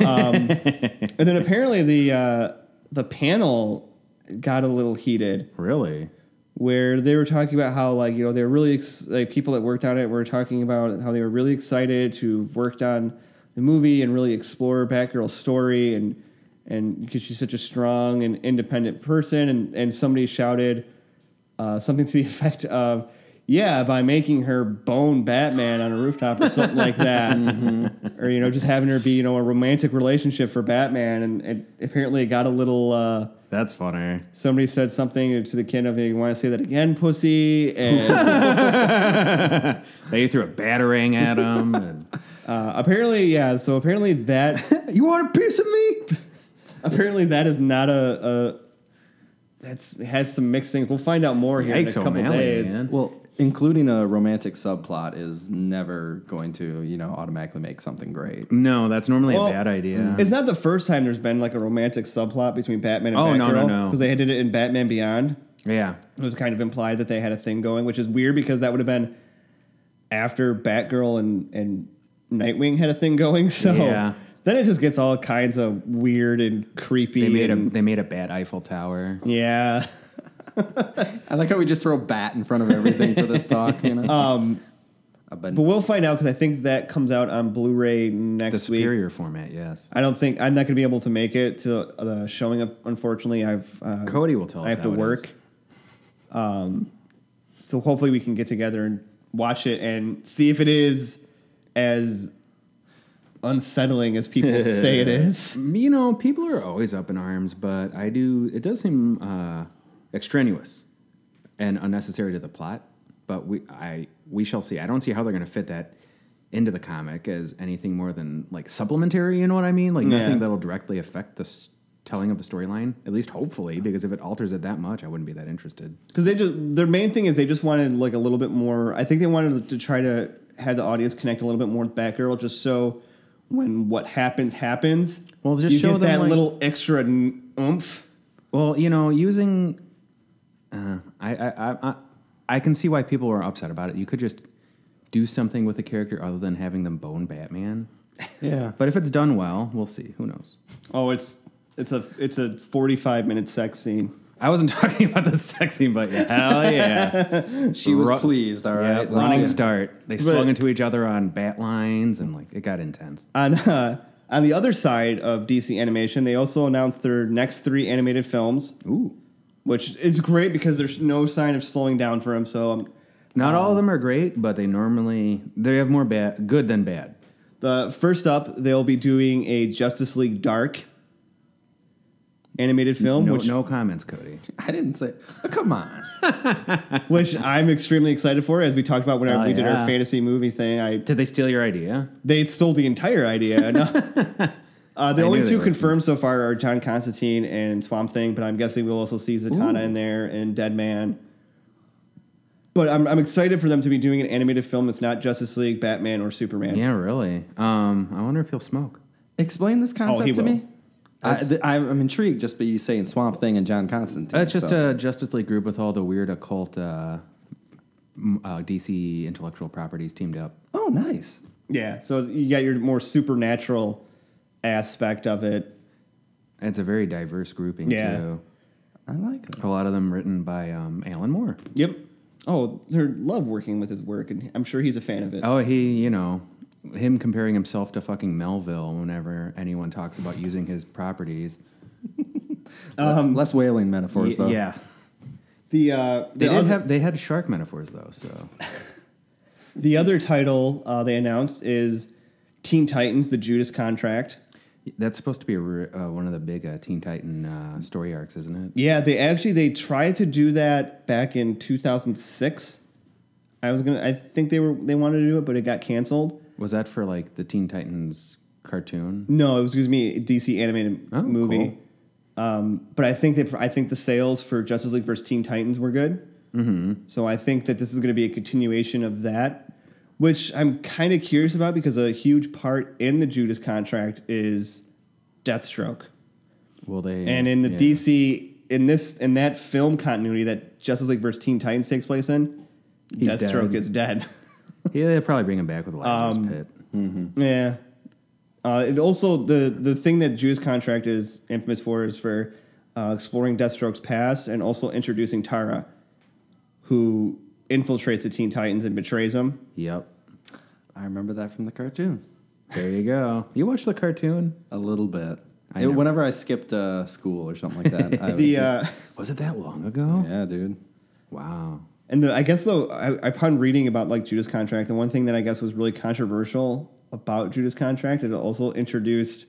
S1: and then apparently the uh, the panel got a little heated
S2: really?
S1: where they were talking about how like you know they were really ex- like people that worked on it were talking about how they were really excited to have worked on the movie and really explore Batgirl's story and and because she's such a strong and independent person and and somebody shouted uh, something to the effect of yeah by making her bone Batman on a rooftop or something like that or you know just having her be you know a romantic relationship for Batman and, and apparently it got a little. Uh,
S2: That's funny.
S1: somebody said something to the kid of you want to say that again pussy and
S2: They threw a battering at him. and-
S1: uh, apparently yeah so apparently that
S3: you want a piece of me?
S1: apparently that is not a, a that's has some mixed things we'll find out more here in a
S2: Yikes,
S1: couple
S2: O'Malley,
S1: days
S2: man.
S3: Well, including a romantic subplot is never going to, you know, automatically make something great.
S2: No, that's normally
S1: Well, mm,
S2: a bad idea.
S1: it's not the first time there's been like a romantic subplot between Batman and
S2: Oh, no, no,
S1: Batgirl
S2: no.
S1: because they did it in Batman Beyond
S2: Yeah.
S1: it was kind of implied that they had a thing going which is weird because that would have been after Batgirl and and Nightwing had a thing going so
S2: Yeah.
S1: then it just gets all kinds of weird and creepy
S2: They made a
S1: and-
S2: they made a bad Eiffel Tower.
S1: Yeah.
S3: I like how we just throw bat in front of everything for this talk, you know? Um,
S1: But we'll find out because I think that comes out on Blu-ray next
S2: The
S1: week.
S2: superior format, yes.
S1: I don't think I'm not going to be able to make it to the showing up. Unfortunately, I've uh,
S2: Cody will tell us.
S1: I have to
S2: how it
S1: work.
S2: is.
S1: Um, so hopefully we can get together and watch it and see if it is as unsettling as people say it is.
S2: You know, people are always up in arms, but I do. It does seem uh, extraneous and unnecessary to the plot. But we, I, we shall see. I don't see how they're going to fit that into the comic as anything more than like supplementary. You know what I mean? Like
S1: Yeah.
S2: nothing that'll directly affect the s- telling of the storyline. At least hopefully, because if it alters it that much, I wouldn't be that interested.
S1: Because they just their main thing is they just wanted like a little bit more. I think they wanted to try to have the audience connect a little bit more with Batgirl, just so when what happens happens.
S2: Well, just
S1: you
S2: show
S1: get
S2: them,
S1: that
S2: like-
S1: little extra n- oomph.
S2: Well, you know, using uh, I, I I I I can see why people were upset about it. You could just do something with the character other than having them bone Batman.
S3: Yeah.
S2: But if it's done well, we'll see. Who knows?
S1: Oh, it's it's a it's a forty five minute sex scene.
S2: I wasn't talking about the sex scene, but yeah, hell yeah,
S3: She was
S2: Ru-
S3: pleased, all
S2: Yeah,
S3: right? Like,
S2: running
S3: yeah.
S2: start. They swung into each other on bat lines, and like it got intense.
S1: On uh, on the other side of DC Animation, they also announced their next three animated films,
S2: Ooh,
S1: which is great because there's no sign of slowing down for them. So um,
S2: not all of them are great, but they normally they have more bad good than bad.
S1: the first up, they'll be doing a Justice League Dark animated film,
S2: No,
S1: Um, which
S2: no comments, Cody.
S3: I didn't say. Oh, come on.
S1: which I'm extremely excited for. As we talked about when
S2: Oh,
S1: we did
S2: yeah.
S1: our fantasy movie thing, I
S2: Did they steal your idea?
S1: they stole the entire idea. No. Uh, the
S2: I
S1: only
S2: knew they
S1: two
S2: were
S1: confirmed so far are John Constantine and Swamp Thing, but I'm guessing we'll also see Zatanna in there and Dead Man. But I'm, I'm excited for them to be doing an animated film that's not Justice League, Batman, or Superman.
S2: Yeah, really. Um, I wonder if he'll smoke.
S3: Explain this concept
S1: he
S3: to
S1: will.
S3: me. I, th- I'm I'm intrigued just by you saying Swamp Thing and John Constantine.
S2: That's Uh, just
S3: so-
S2: a Justice League group with all the weird occult uh, m- uh, DC intellectual properties teamed up.
S3: Oh, nice.
S1: Yeah, so you got your more supernatural aspect of it.
S2: It's a very diverse grouping
S1: Yeah.
S2: too.
S3: I like that.
S2: A lot of them written by um, Alan Moore.
S1: Yep. Oh, they love working with his work, and I'm sure he's a fan of it.
S2: Oh, he, you know, him comparing himself to fucking Melville whenever anyone talks about using his properties.
S3: Less whaling metaphors, though.
S2: Um, yeah.
S1: The uh,
S2: They
S1: the
S2: did
S1: other-
S2: have they had shark metaphors though, so
S1: The other title uh, they announced is Teen Titans: The Judas Contract.
S2: that's supposed to be a, re- uh, one of the big uh, Teen Titan uh, story arcs, isn't it?
S1: Yeah, they actually they tried to do that back in 2006. I was gonna, I think they were they wanted to do it, but it got canceled.
S2: Was that for like the Teen Titans cartoon?
S1: No, it was excuse me, a DC animated
S2: Oh,
S1: movie.
S2: cool.
S1: Um, but I think they, I think the sales for Justice League vs Teen Titans were good. Mm-hmm. So I think that this is going to be a continuation of that, which I'm kind of curious about because a huge part in the Judas contract is Deathstroke.
S2: Will they?
S1: And in the
S2: yeah.
S1: DC, in this in that film continuity that Justice League vs. Teen Titans takes place in,
S2: He's
S1: Deathstroke
S2: dead.
S1: is dead.
S2: Yeah, they'll probably bring him back with Lazarus
S1: Um,
S2: Pit.
S1: yeah. Uh, it also the the thing that Jew's contract is infamous for is for uh, exploring Deathstroke's past and also introducing Tara, who infiltrates the Teen Titans and betrays them.
S2: Yep.
S3: I remember that from the cartoon
S2: There you go. You watch the cartoon?
S3: a little bit.
S2: I
S3: It-
S2: know.
S3: whenever I skipped uh, school or something like that. I would-
S1: The uh,
S2: Was it that long ago?
S3: yeah, dude.
S2: Wow.
S1: And the, I guess though, I, upon reading about like Judas Contract, the one thing that I guess was really controversial about Judas Contract, it also introduced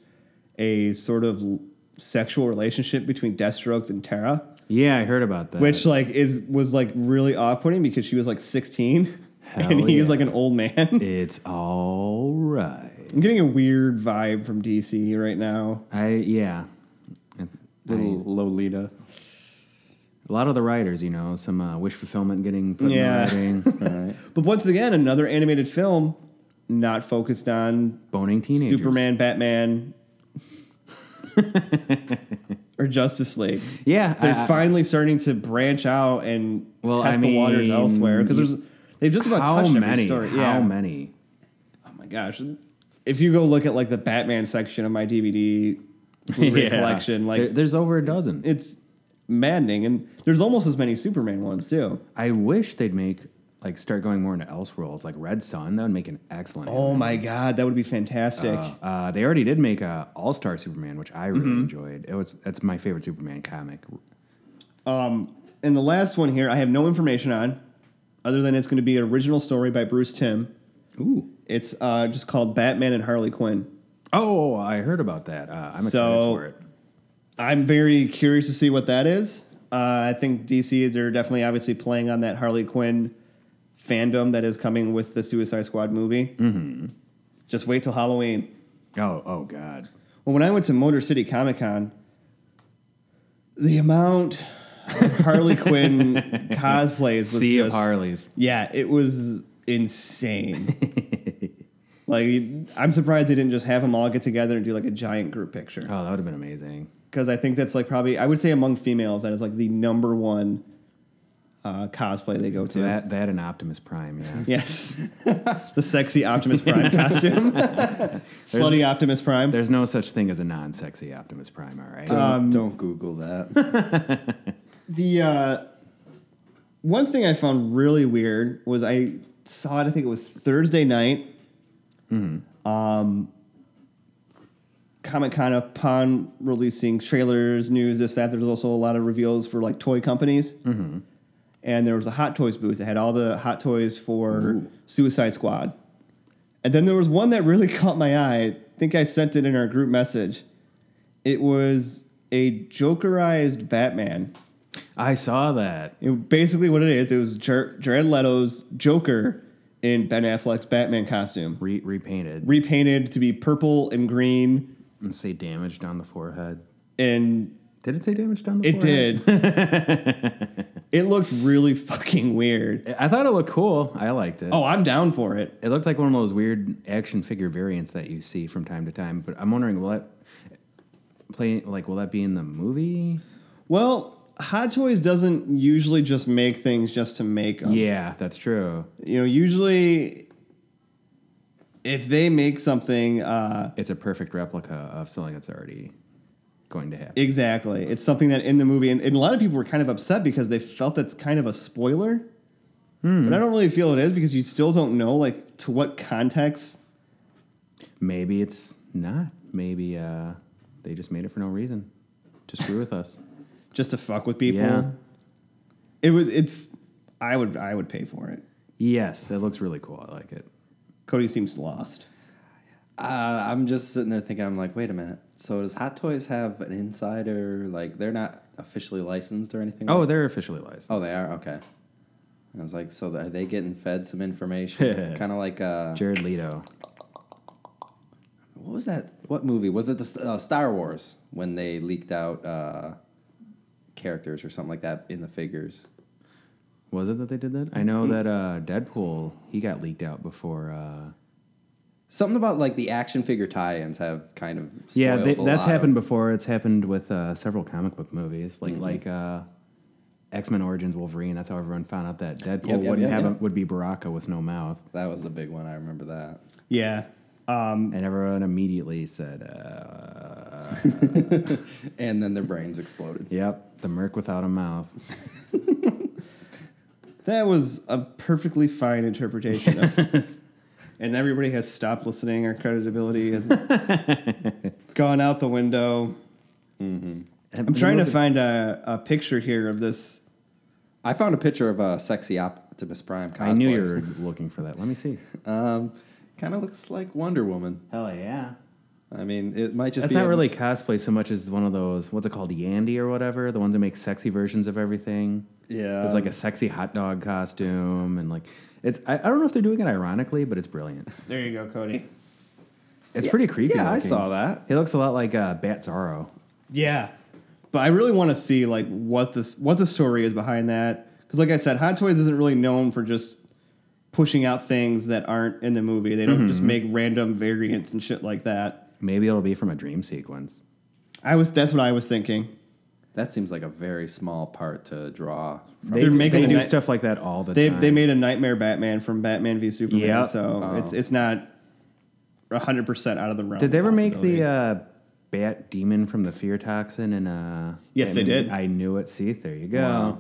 S1: a sort of l- sexual relationship between Deathstroke and Tara,
S2: Yeah, I heard about that.
S1: which like is was like really off-putting because she was like 16 and
S2: Hell
S1: he is
S2: yeah.
S1: like an old man.
S2: it's all right.
S1: I'm getting a weird vibe from DC right now.
S2: I yeah.
S3: Little Lolita.
S2: A lot of the writers, you know, some uh, wish fulfillment getting put
S1: Yeah.
S2: in the
S3: All
S2: writing.
S3: right.
S1: But once again, another animated film not focused on
S2: Boning teenagers.
S1: Superman, Batman, or Justice League.
S2: Yeah,
S1: They're
S2: I- I-
S1: finally starting to branch out and
S2: Uh, Well,
S1: test
S2: I
S1: the waters
S2: mean,
S1: elsewhere because there's they've just about
S2: How
S1: touched every
S2: many?
S1: story.
S2: How
S1: yeah.
S2: many?
S1: Oh my gosh! If you go look at like the Batman section of my DVD Blu-ray
S2: Yeah.
S1: collection, like
S2: There- there's over a dozen.
S1: it's maddening, and there's almost as many Superman ones too.
S2: I wish they'd make like start going more into Elseworlds, like Red Sun. That would make an excellent.
S1: Oh
S2: anime.
S1: my god, that would be fantastic.
S2: Uh, they already did make a All Star Superman, which I really
S1: Mm-hmm.
S2: enjoyed. It was that's my favorite Superman comic.
S1: And the last one here, I have no information on, other than it's going to be an original story by Bruce Tim.
S2: Ooh.
S1: It's uh, just called Batman and Harley Quinn.
S2: Oh, I heard about that. Uh, I'm excited
S1: So-
S2: for it.
S1: I'm very curious to see what that is. Uh, I think DC they're definitely obviously playing on that Harley Quinn fandom that is coming with the Suicide Squad movie. Mm-hmm. Just wait till Halloween.
S2: Oh, oh God.
S1: Well, when I went to Motor City Comic Con, the amount of Harley Quinn cosplays was
S2: Sea of
S1: just-
S2: Harleys.
S1: Yeah, it was insane. Like I'm surprised they didn't just have them all get together and do like a giant group picture
S2: Oh, that would have been amazing.
S1: because I think that's like probably I would say among females that is like the number one uh, cosplay they go to.
S2: So that that and Optimus Prime, yeah.
S1: Yes, the sexy Optimus Prime costume, slutty Optimus Prime.
S2: There's no such thing as a non-sexy Optimus Prime, all right?
S3: Don't,
S1: Uh,
S3: don't Google that. Uh,
S1: The uh, one thing I found really weird was I saw it. I think it was Thursday night. Um, Comic Con upon releasing trailers, news, this that. There's also a lot of reveals for like toy companies. And there was a Hot Toys booth that had all the Hot Toys for Suicide Squad. And then there was one that really caught my eye. I think I sent it in our group message. It was a Jokerized Batman.
S2: I saw that.
S1: It, basically, what it is, it was Jar- Jared Leto's Joker in Ben Affleck's Batman costume,
S2: Re- repainted.
S1: repainted to be purple and green,
S2: and say damaged on the forehead.
S1: and
S2: Did it say damaged on the
S1: it
S2: forehead?
S1: did. it looked really fucking weird.
S2: I thought it looked cool. I liked it.
S1: Oh, I'm down for it.
S2: It looked like one of those weird action figure variants that you see from time to time. But I'm wondering, will that play like will that be in the movie?
S1: Well, Hot Toys doesn't usually just make things just to make them.
S2: Yeah, that's true.
S1: You know, usually if they make something, uh,
S2: It's a perfect replica of something that's already going to happen.
S1: exactly, it's something that in the movie, and, and a lot of people were kind of upset because they felt that's kind of a spoiler. But I don't really feel it is because you still don't know like to what context.
S2: Maybe it's not. Maybe uh, they just made it for no reason to screw with us.
S1: Just to fuck with people.
S2: Yeah.
S1: It was. It's. I would. I would pay for it.
S2: Yes, it looks really cool. I like it.
S1: Cody seems lost.
S3: Uh, I'm just sitting there thinking, I'm like, wait a minute. So does Hot Toys have an insider? Like, they're not officially licensed or anything?
S2: Oh,
S3: like-
S2: they're officially licensed.
S3: oh, they are. Okay. I was like, so are they getting fed some information? kind of like, uh,
S2: Jared Leto.
S3: what was that? What movie was it? The S- uh, Star Wars when they leaked out uh, characters or something like that in the figures.
S2: Was it that they did that? I know that uh, Deadpool he got leaked out before. Uh,
S3: Something about like the action figure tie-ins have kind of
S2: yeah,
S3: spoiled
S2: they,
S3: a
S2: that's
S3: lot of-
S2: happened before. It's happened with uh, several comic book movies,
S3: Mm-hmm.
S2: like like uh, X Men Origins Wolverine. That's how everyone found out that Deadpool
S3: yep,
S2: wouldn't
S3: yep,
S2: have
S3: yep.
S2: A, would be Baraka with no mouth,
S3: That was the big one. I remember that.
S1: Yeah. Um,
S2: and everyone immediately said, uh,
S3: And then their brains exploded.
S2: "Yep, the Merc without a mouth."
S1: that was a perfectly fine interpretation. Of, and everybody has stopped listening. Our credibility has gone out the window. I'm trying to find a, a picture here of this.
S3: I found a picture of a sexy Optimus Prime cosplay.
S2: I knew you were looking for that. Let me see.
S3: Um, kind of looks like Wonder Woman.
S2: Hell yeah.
S3: I mean, it might just
S2: That's
S3: be
S2: not
S3: a-
S2: really cosplay so much as one of those what's it called Yandy or whatever the ones that make sexy versions of everything.
S3: Yeah.
S2: it's like a sexy hot dog costume and like it's I, I don't know if they're doing it ironically, but it's brilliant.
S1: There you go, Cody.
S2: It's pretty creepy.
S3: Yeah, I
S2: looking.
S3: saw that.
S2: He looks a lot like uh, Bat Zorro.
S1: Yeah, but I really want to see like what this what the story is behind that because, like I said, Hot Toys isn't really known for just pushing out things that aren't in the movie. They
S2: Mm-hmm,
S1: don't just make random variants and shit like that.
S2: Maybe it'll be from a dream sequence.
S1: I was that's what I was thinking.
S3: That seems like a very small part to draw.
S2: They,
S1: They're making
S2: they
S1: a
S2: do
S1: night-
S2: stuff like that all the
S1: They
S2: time.
S1: they made a Nightmare Batman from Batman v Superman,
S2: Yeah.
S1: so it's it's not hundred percent out of the realm.
S2: Oh. Did they
S1: of
S2: ever make
S1: possibility.
S2: the uh, Bat Demon from the Fear Toxin and uh?
S1: Yes, they
S2: Batman-
S1: did.
S2: I knew it. See, there you go.
S3: Wow.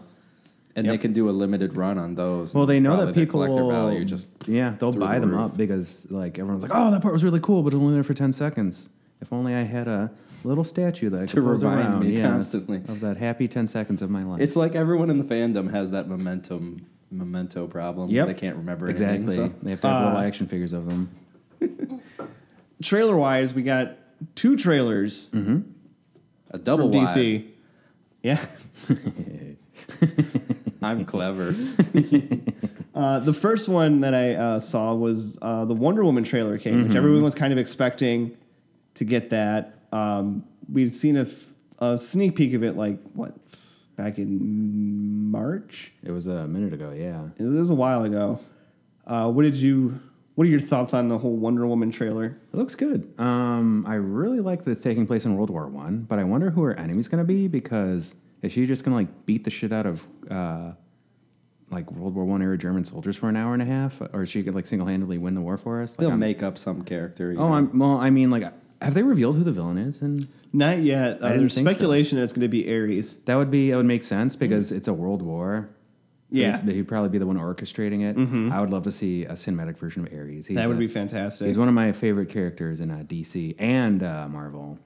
S3: And they
S1: Yep.
S3: can do a limited run on those.
S2: Well,
S3: and
S2: they know that
S3: probably their
S2: people
S3: collector value just
S2: yeah they'll
S3: through
S2: buy
S3: the
S2: them
S3: roof.
S2: up because like everyone's like oh that part was really cool but it was only there for ten seconds. If only I had a little statue that I could pose
S3: remind
S2: around,
S3: me
S2: yes,
S3: constantly.
S2: of that happy ten seconds of my life.
S3: It's like everyone in the fandom has that momentum memento problem. where
S2: Yep.
S3: They can't remember
S2: exactly.
S3: Anything, so-
S2: They have to have little
S1: Uh,
S2: action figures of them.
S1: trailer wise? We got two trailers
S2: Mm-hmm.
S3: A double
S1: from
S3: wide.
S1: DC. Yeah.
S3: I'm clever.
S1: Uh, the first one that I uh, saw was uh, the Wonder Woman trailer came,
S2: Mm-hmm.
S1: which everyone was kind of expecting to get that. Um, we'd seen a, f- a sneak peek of it, like what back in March.
S2: It was a minute ago. Yeah.
S1: It was a while ago. Uh, what did you What are your thoughts on the whole Wonder Woman trailer?
S2: It looks good. Um, I really like that it's taking place in World War One, but I wonder who her enemy's going to be because is she just going to like beat the shit out of uh, like World War One era German soldiers for an hour and a half, or is she could like single handedly win the war for us? Like,
S3: They'll
S2: I'm-
S3: make up some character. you
S2: Oh,
S3: know.
S2: I'm, well, I mean, like, have they revealed who the villain is? And
S1: Not yet. Uh,
S2: didn't
S1: there's
S2: think so.
S1: speculation that it's going to be Ares.
S2: that would be that would make sense because it's a world war. So
S1: Yeah. Mm-hmm.
S2: he's- he'd probably be the one orchestrating it. I would love to see a cinematic version of Ares. He's
S1: That would
S2: a-
S1: be fantastic.
S2: He's one of my favorite characters in uh, DC and uh, Marvel.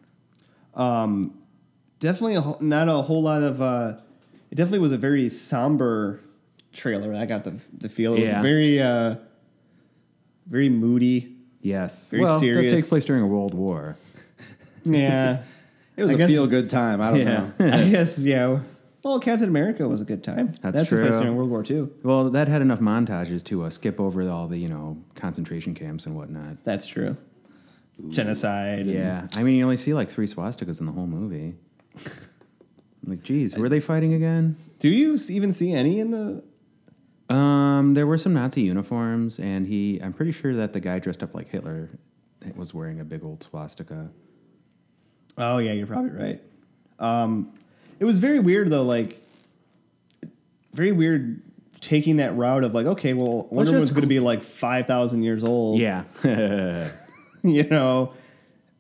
S1: definitely a, whole- not a whole lot of. Uh, it definitely was a very somber trailer. I got the the feel. It
S2: Yeah.
S1: was very uh, very moody.
S2: Yes.
S1: Very
S2: well, it does
S1: serious.
S2: take place during a world war.
S1: Yeah,
S3: It was
S1: I
S3: a
S1: guess-
S3: feel good time. I don't
S2: Yeah.
S3: know.
S1: I guess yeah. Well, Captain America was a good time.
S2: That's
S1: the place
S2: true.
S1: during World War II.
S2: Well, that had enough montages to uh, skip over all the, you know, concentration camps and whatnot.
S1: That's true. Genocide. and-
S2: Yeah. I mean, you only see like three swastikas in the whole movie. I'm like, geez, were they fighting again?
S1: Do you s- even see any in the?
S2: Um, there were some Nazi uniforms, and he, I'm pretty sure that the guy dressed up like Hitler was wearing a big old swastika.
S1: Oh yeah, you're probably right. Um, it was very weird though. Like, very weird taking that route of like, okay, well, Wonder
S2: just
S1: Woman's going
S2: cl-
S1: to be like five thousand years old.
S2: Yeah.
S1: you know.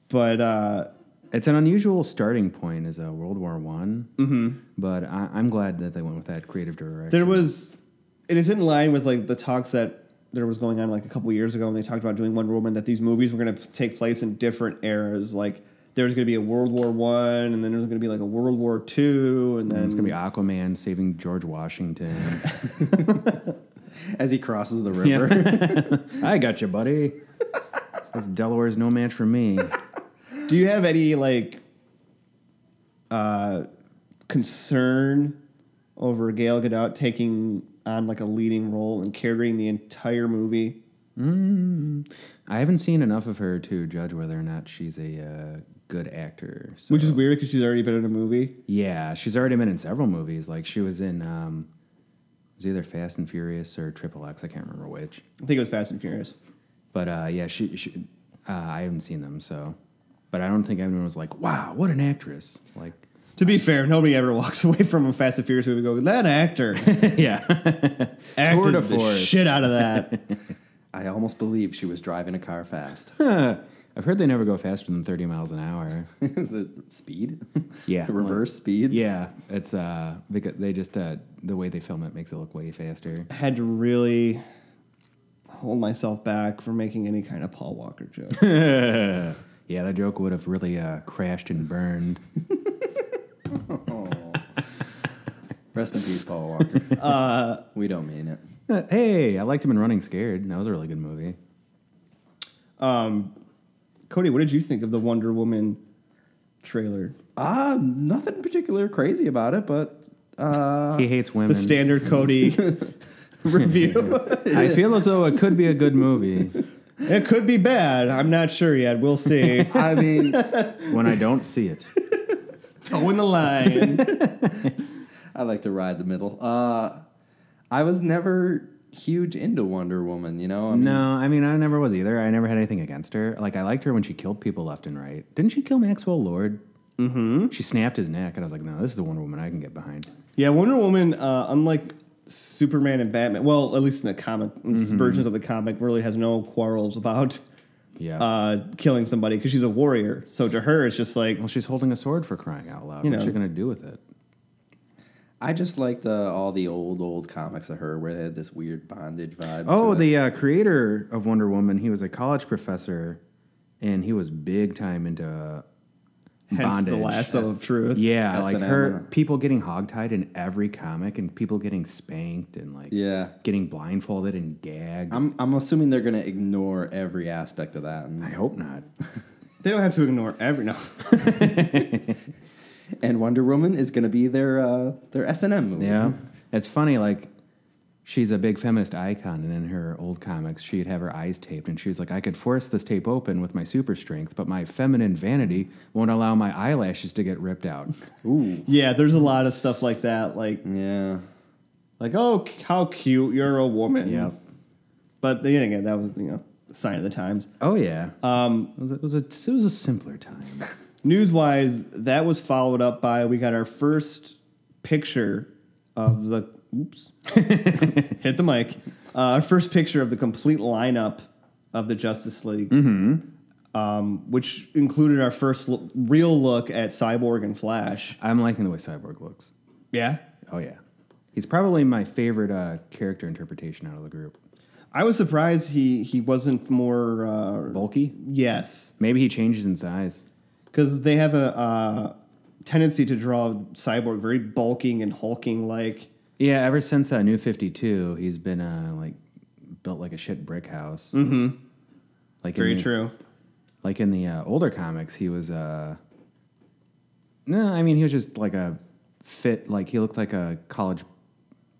S1: But uh,
S2: It's an unusual starting point as a World War One, mm-hmm. but I, I'm glad that they went with that creative direction.
S1: there was, and it's in line with like the talks that there was going on like a couple years ago, when they talked about doing Wonder Woman that these movies were going to take place in different eras. Like there was going to be a World War One, and then there was going to be like a World War Two, and then
S2: it's gonna be Aquaman saving George Washington.
S3: As he crosses the river.
S2: I got you, buddy. This Delaware's no match for me.
S1: Do you have any like uh, concern over Gail Gadot taking on like a leading role and carrying the entire movie?
S2: Mm. I haven't seen enough of her to judge whether or not she's a uh, good actor. So.
S1: Which is weird because she's already been in a movie.
S2: yeah, she's already been in several movies. Like she was in, um, it was either Fast and Furious or Triple X. I can't remember which.
S1: I think it was Fast and Furious.
S2: But uh, yeah, she, she uh, I haven't seen them, so. But I don't think anyone was like, "Wow, what an actress!" Like,
S1: To be fair, nobody ever walks away from a Fast and Furious movie and go, that actor
S2: yeah,
S1: acted
S2: de
S1: the
S2: force.
S1: shit out of that.
S3: I almost believe she was driving a car fast.
S2: I've heard they never go faster than thirty miles an hour.
S3: Is it speed?
S2: Yeah.
S3: Reverse speed?
S2: yeah, it's uh, because they just uh, the way they film it makes it look way faster.
S1: I had to really hold myself back from making any kind of Paul Walker joke.
S2: Yeah, that joke would have really uh, crashed and burned.
S3: Rest in peace, Paul Walker. we don't mean it.
S2: Uh, hey, I liked him in Running Scared. That was a really good movie.
S1: Cody, what did you think of the Wonder Woman trailer?
S2: uh,
S3: Ah, nothing in particular crazy about it, but uh,
S2: he hates women.
S1: The standard Cody review.
S2: I feel as though it could be a good movie
S1: It could be bad. I'm not sure yet. We'll see.
S3: I mean,
S2: when I don't see it.
S1: Toeing the line.
S3: I like to ride the middle. Uh, I was never huge into Wonder Woman, you know? I mean,
S2: No, I mean I never was either. I never had anything against her. Like I liked her when she killed people left and right. Didn't she kill Maxwell Lord? Mm-hmm. She snapped his neck, and I was like, no, this is the Wonder Woman I can get behind.
S1: Yeah, Wonder Woman, uh, unlike Superman and Batman, well, at least in the comic in
S2: Mm-hmm.
S1: s- versions of the comic, really has no quarrels about
S2: Yeah.
S1: uh, killing somebody because she's a warrior. So to her, it's just like
S2: well, she's holding a sword for crying out loud.
S1: You
S2: What's she
S1: know.
S2: gonna do with it?
S3: I just liked uh, all the old, old comics of her where they had this weird bondage vibe.
S2: Oh,
S3: to it.
S2: the uh, creator of Wonder Woman, he was a college professor, and he was big time into uh,
S1: hence
S2: bondage.
S1: the lasso of truth.
S2: yeah,
S3: S-
S2: like
S3: S&M,
S2: her
S1: uh.
S3: huh?
S2: people getting hogtied in every comic, and people getting spanked, and like
S3: Yeah.
S2: getting blindfolded and gagged.
S3: I'm, I'm assuming they're going to ignore every aspect of that.
S2: I
S3: And,
S2: hope not.
S1: They don't have to ignore every no.
S3: and Wonder Woman is going to be their uh, their S&M movie.
S2: Yeah. It's funny, like, she's a big feminist icon, and in her old comics, she'd have her eyes taped, and she's like, I could force this tape open with my super strength, but my feminine vanity won't allow my eyelashes to get ripped out.
S3: Ooh.
S1: Yeah, there's a lot of stuff like that. Like
S3: Yeah.
S1: like oh c- how cute you're a woman.
S2: Yep.
S1: But then again, that was you know sign of the times.
S2: Oh yeah. Um, it was a, it was a, it was a simpler time.
S1: News wise, that was followed up by we got our first picture of the oops hit the mic. Uh, our first picture of the complete lineup of the Justice League, um, which included our first lo- real look at Cyborg and Flash.
S2: I'm liking the way Cyborg looks.
S1: Yeah,
S2: Oh yeah. He's probably my favorite uh, character interpretation out of the group.
S1: I was surprised he he wasn't more. Uh,
S2: Bulky.
S1: yes,
S2: Maybe he changes in size.
S1: because they have a uh, tendency to draw Cyborg very bulking and hulking like.
S2: Yeah, ever since uh, New 52, he's been uh, like built like a shit brick house. Mm-hmm. Like in
S1: Very
S2: the-
S1: true.
S2: Like in the uh, older comics, he was. Uh, no, I mean he was just like a fit. Like he looked like a college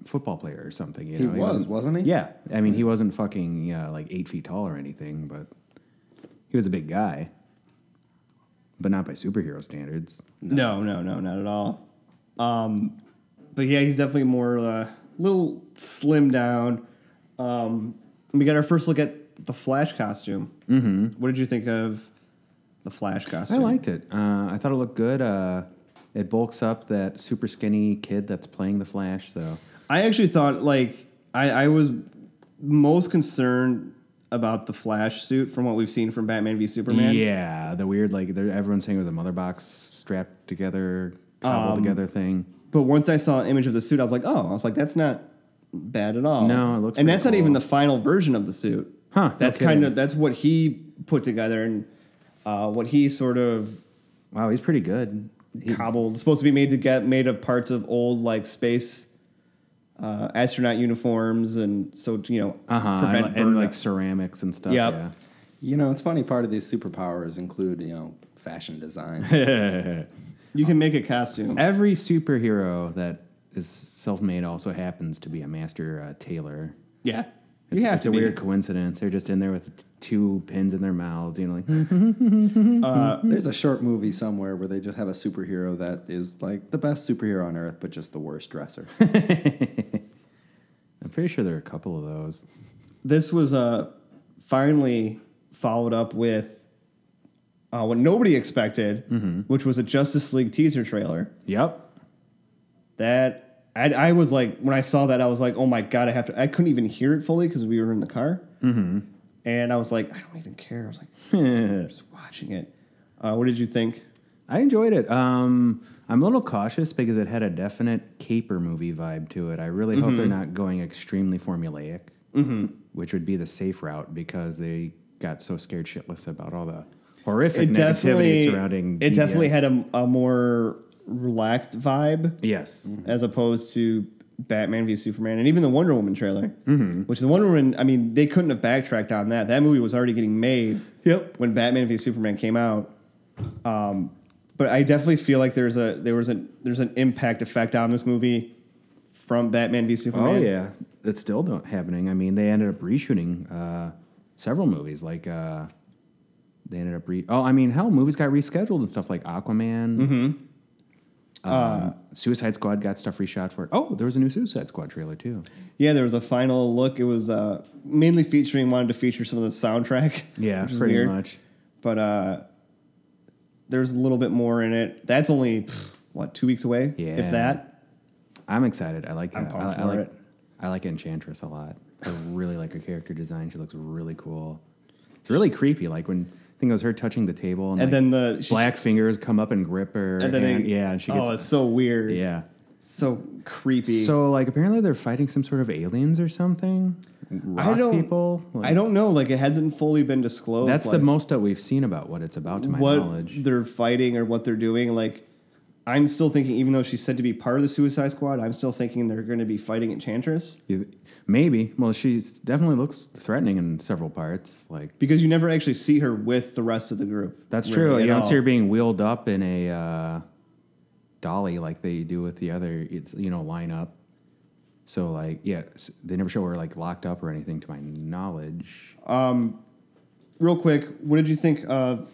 S2: football player or something. You
S3: He
S2: know?
S3: was,
S2: wasn't-
S3: wasn't he?
S2: Yeah, I mean he wasn't fucking yeah, like eight feet tall or anything, but he was a big guy. But not by superhero standards.
S1: No, no, no, not at all. Um, but yeah, he's definitely more uh, little slim down. Um, we got our first look at the Flash costume. Mm-hmm. What did you think of the Flash
S2: I
S1: costume?
S2: liked it. Uh, I thought it looked good. Uh, it bulks up that super skinny kid that's playing the Flash. So
S1: I actually thought like I, I was most concerned about the Flash suit from what we've seen from Batman v Superman.
S2: yeah, the weird like there- everyone's saying it was a mother box strapped together, cobbled together thing.
S1: But once I saw an image of the suit, I was like, oh, I was like, that's not bad at all.
S2: No, it looks
S1: and
S2: pretty
S1: that's not even
S2: cool.
S1: the final version of the suit.
S2: Huh, no
S1: That's
S2: kidding.
S1: kind of that's what he put together and uh, what he sort of
S2: Wow, he's pretty good. He-
S1: cobbled. It's supposed to be made to get made of parts of old like space uh, astronaut uniforms, and so you know
S2: uh-huh, and,
S1: prevent
S2: li- and,
S1: burnup.
S2: like ceramics and stuff.
S1: Yep.
S2: Yeah.
S3: You know, it's funny. Part of these superpowers include, you know, fashion design.
S1: you can make a costume.
S2: Every superhero that is self-made also happens to be a master uh, tailor.
S1: Yeah, you
S2: It's,
S1: have
S2: it's
S1: to
S2: a
S1: be.
S2: weird coincidence. They're just in there with t- two pins in their mouths, you know, like
S3: There's a short movie somewhere where they just have a superhero that is like the best superhero on earth, but just the worst dresser.
S2: I'm pretty sure there are a couple of those.
S1: this was uh, finally followed up with uh, what nobody expected,
S2: Mm-hmm.
S1: which was a Justice League teaser trailer.
S2: Yep.
S1: That I, I was like, when I saw that, I was like, oh my god, I have to. I couldn't even hear it fully because we were in the car,
S2: Mm-hmm.
S1: and I was like, I don't even care. I was like, I'm just watching it. Uh, what did you think?
S2: I enjoyed it. Um, I'm a little cautious because it had a definite caper movie vibe to it. I really hope
S1: Mm-hmm.
S2: they're not going extremely formulaic, which would be the safe route because they got so scared shitless about all the horrific
S1: It
S2: negativity
S1: definitely,
S2: surrounding.
S1: it definitely
S2: BBS.
S1: had a, a more relaxed vibe.
S2: Yes.
S1: as opposed to Batman v Superman and even the Wonder Woman trailer, mm-hmm. which the Wonder Woman, I mean, they couldn't have backtracked on that. That movie was already getting made
S2: Yep.
S1: when Batman v Superman came out. Um, but I definitely feel like there's a there was a there's an impact effect on this movie from Batman v
S2: Oh
S1: Superman.
S2: yeah, it's still not happening. I mean, they ended up reshooting uh, several movies. Like uh, they ended up re. Oh, I mean, hell, movies got rescheduled and stuff like Aquaman.
S1: Mm-hmm.
S2: Um,
S1: Uh,
S2: Suicide Squad got stuff reshot for it. Oh, there was a new Suicide Squad trailer too.
S1: yeah. There was a final look. It was uh, mainly featuring wanted to feature some of the soundtrack. which is
S2: pretty
S1: weird.
S2: much.
S1: But uh, there's a little bit more in it. That's only pff, what two weeks away,
S2: Yeah.
S1: if that.
S2: I'm excited. I like.
S1: I'm
S2: that.
S1: pumped
S2: I, I
S1: for
S2: like.
S1: it.
S2: I like Enchantress a lot. I really like her character design. She looks really cool. It's really creepy. Like when I think it was her touching the table, and,
S1: And
S2: like,
S1: then the- she-
S2: black fingers come up and grip her.
S1: And then they,
S2: yeah, and she gets
S1: oh, it's so weird.
S2: Yeah.
S1: so creepy.
S2: So like apparently they're fighting some sort of aliens or something. Rock
S1: I don't.
S2: people. Like,
S1: I don't know. Like it hasn't fully been disclosed.
S2: That's the
S1: like,
S2: most that we've seen about what it's about, to my
S1: what
S2: knowledge.
S1: they're fighting or what they're doing. Like I'm still thinking, even though she's said to be part of the Suicide Squad, I'm still thinking they're going to be fighting Enchantress
S2: You- Maybe. Well, she definitely looks threatening in several parts. Like
S1: because you never actually see her with the rest of the group.
S2: that's
S1: really,
S2: true.
S1: at
S2: You don't see her
S1: all.
S2: being wheeled up in a uh, dolly like they do with the other, you know, lineup. So like, yeah, s- they never show her like locked up or anything, to my knowledge.
S1: Real quick, what did you think of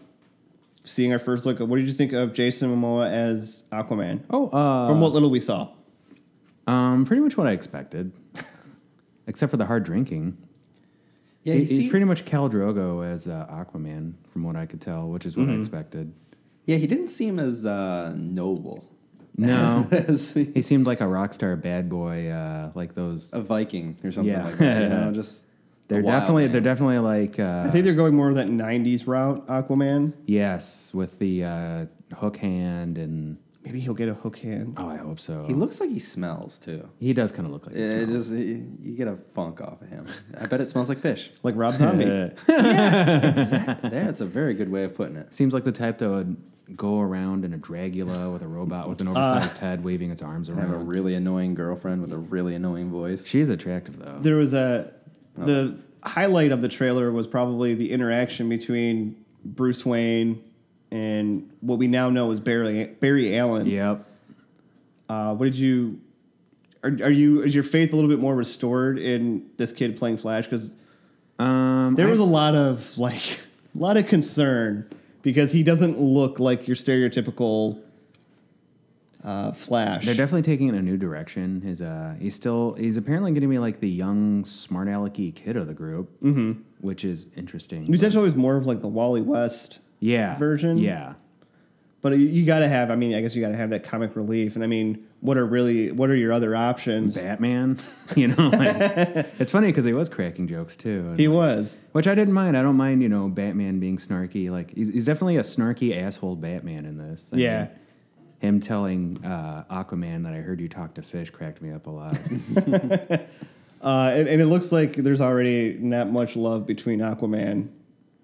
S1: seeing our first look? Of, what did you think of Jason Momoa as Aquaman?
S2: Oh, uh,
S1: From what little we saw,
S2: Um, pretty much what I expected, except for the hard drinking.
S3: Yeah,
S2: He-
S3: you
S2: he's
S3: see-
S2: pretty much Cal Drogo as uh, Aquaman, from what I could tell, which is what
S3: Mm-hmm.
S2: I expected.
S3: Yeah, he didn't seem as uh, noble.
S2: No,
S3: as he-
S2: he seemed like a rock star bad boy, uh, like those.
S3: a Viking or something
S2: Yeah.
S3: like that. You know, just
S2: They're
S3: a wild
S2: definitely
S3: man.
S2: they're definitely like
S1: I
S2: uh,
S1: think they're going more of that '90s route, Aquaman.
S2: yes, with the uh, hook hand and
S1: Maybe he'll get a hook hand.
S2: oh, I hope so.
S3: He looks like he smells too.
S2: He does kind of look like. a
S3: It
S2: smell.
S3: just it- you get a funk off of him. I bet it smells like fish.
S1: Like Rob Zombie.
S2: Uh,
S3: That's a very good way of putting it.
S2: Seems like the type that would go around in a Dragula with a robot with an oversized head waving its arms
S3: I Uh, have a
S2: around.
S3: really annoying girlfriend with a really annoying voice.
S2: She's attractive though.
S1: There was a the highlight of the trailer was probably the interaction between Bruce Wayne and what we now know is Barry Barry Allen.
S2: Yep.
S1: Uh, what did you? Are, are you is your faith a little bit more restored in this kid playing Flash? Because
S2: Um,
S1: there
S2: I-
S1: was a lot of like a lot of concern because he doesn't look like your stereotypical uh, Flash.
S2: They're definitely taking it in a new direction. His uh, he's still he's apparently going to be like the young smart alecky kid of the group, mm-hmm. which is interesting.
S1: New Central was more of like the Wally West
S2: yeah,
S1: version.
S2: Yeah,
S1: But you, you got to have. I mean, I guess you got to have that comic relief. And I mean, what are really what are your other options?
S2: Batman. you know, like, it's funny because he was cracking jokes too. and,
S1: He
S2: like,
S1: was.
S2: which I didn't mind. I don't mind, you know, Batman being snarky. Like he's, he's definitely a snarky asshole Batman in this. I
S1: Yeah.
S2: mean, him telling uh, Aquaman that I heard you talk to fish cracked me up a lot.
S1: Uh, and, and it looks like there's already not much love between Aquaman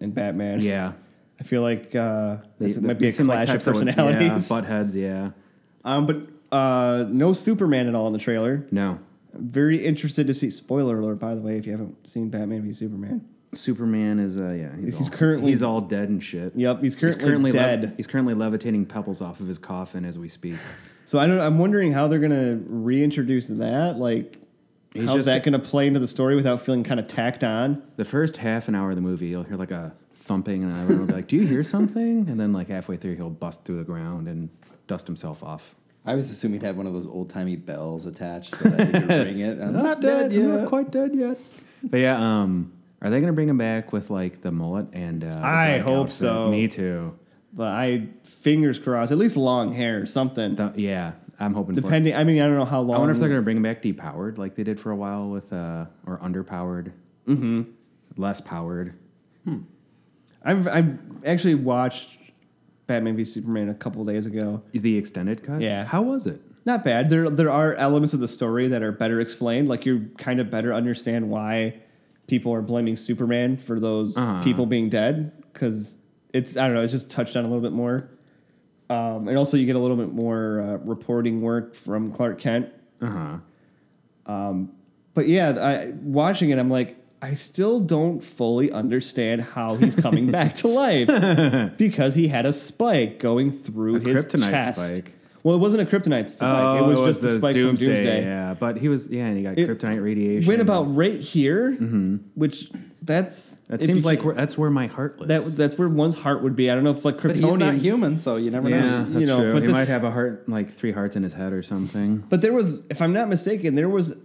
S1: and Batman.
S2: yeah,
S1: I feel like uh, that's,
S2: They-
S1: it might
S2: they
S1: be a
S2: seem like
S1: clash of
S2: types that would-
S1: personalities.
S2: yeah, butt heads. Yeah,
S1: um, but uh, no Superman at all in the trailer.
S2: no.
S1: Very interested to see. Spoiler alert, by the way, if you haven't seen Batman v Superman.
S2: Superman is uh yeah he's,
S1: He's
S2: all,
S1: currently-
S2: he's all dead and shit.
S1: Yep, he's currently
S2: lev-
S1: dead.
S2: he's currently levitating pebbles off of his coffin as we speak.
S1: So I don't. I'm wondering how they're gonna reintroduce that. Like,
S2: He's
S1: how's
S2: just-
S1: that gonna play into the story without feeling kind of tacked on?
S2: The first half an hour of the movie, you'll hear like a thumping, and everyone will be like, "Do you hear something?" And then like halfway through, he'll bust through the ground and dust himself off.
S3: I was assuming he'd have one of those old timey bells attached so that he could ring it. I'm not dead
S2: I'm
S3: yet.
S2: not quite dead yet. But yeah, um, are they gonna bring him back with like the mullet and? Uh, the
S1: I
S2: black
S1: hope
S2: outfit?
S1: so.
S2: Me too.
S1: But I fingers crossed. At least long hair, or something.
S2: Th- yeah, I'm hoping. for it.
S1: Depending. I mean, I don't know how long.
S2: I wonder if they're going to bring him back depowered like they did for a while with, uh, or underpowered. Mm-hmm. Less powered.
S1: I've I've actually watched Batman v Superman a couple days ago.
S2: The extended cut?
S1: Yeah.
S2: How was it?
S1: Not bad. There there are elements of the story that are better explained. Like you kind of better understand why people are blaming Superman for those
S2: Uh-huh.
S1: people being dead because it's I don't know. It's just touched on a little bit more, um, and also you get a little bit more uh, reporting work from Clark Kent. Um,
S2: Uh huh.
S1: But yeah, I, watching it, I'm like. I still don't fully understand how he's coming back to life because he had a spike going through
S2: A
S1: his
S2: kryptonite
S1: chest.
S2: spike.
S1: Well, it wasn't a kryptonite spike. Oh, it was
S2: Oh,
S1: just the spike from Doomsday.
S2: Yeah, but he was, yeah, and he got
S1: It
S2: kryptonite radiation.
S1: went about right here, which that's
S2: Mm-hmm. That
S1: if
S2: seems
S1: you
S2: like
S1: can't-
S2: where, that's where my heart lives.
S1: that that's where one's heart would be. I don't know if like
S3: But he's not
S1: Kryptonian,
S3: human, so you never
S2: yeah,
S3: know.
S2: that's
S1: you know,
S2: true.
S1: but
S2: he
S1: this-
S2: might have a heart, like three hearts in his head or something.
S1: but there was, if I'm not mistaken, there was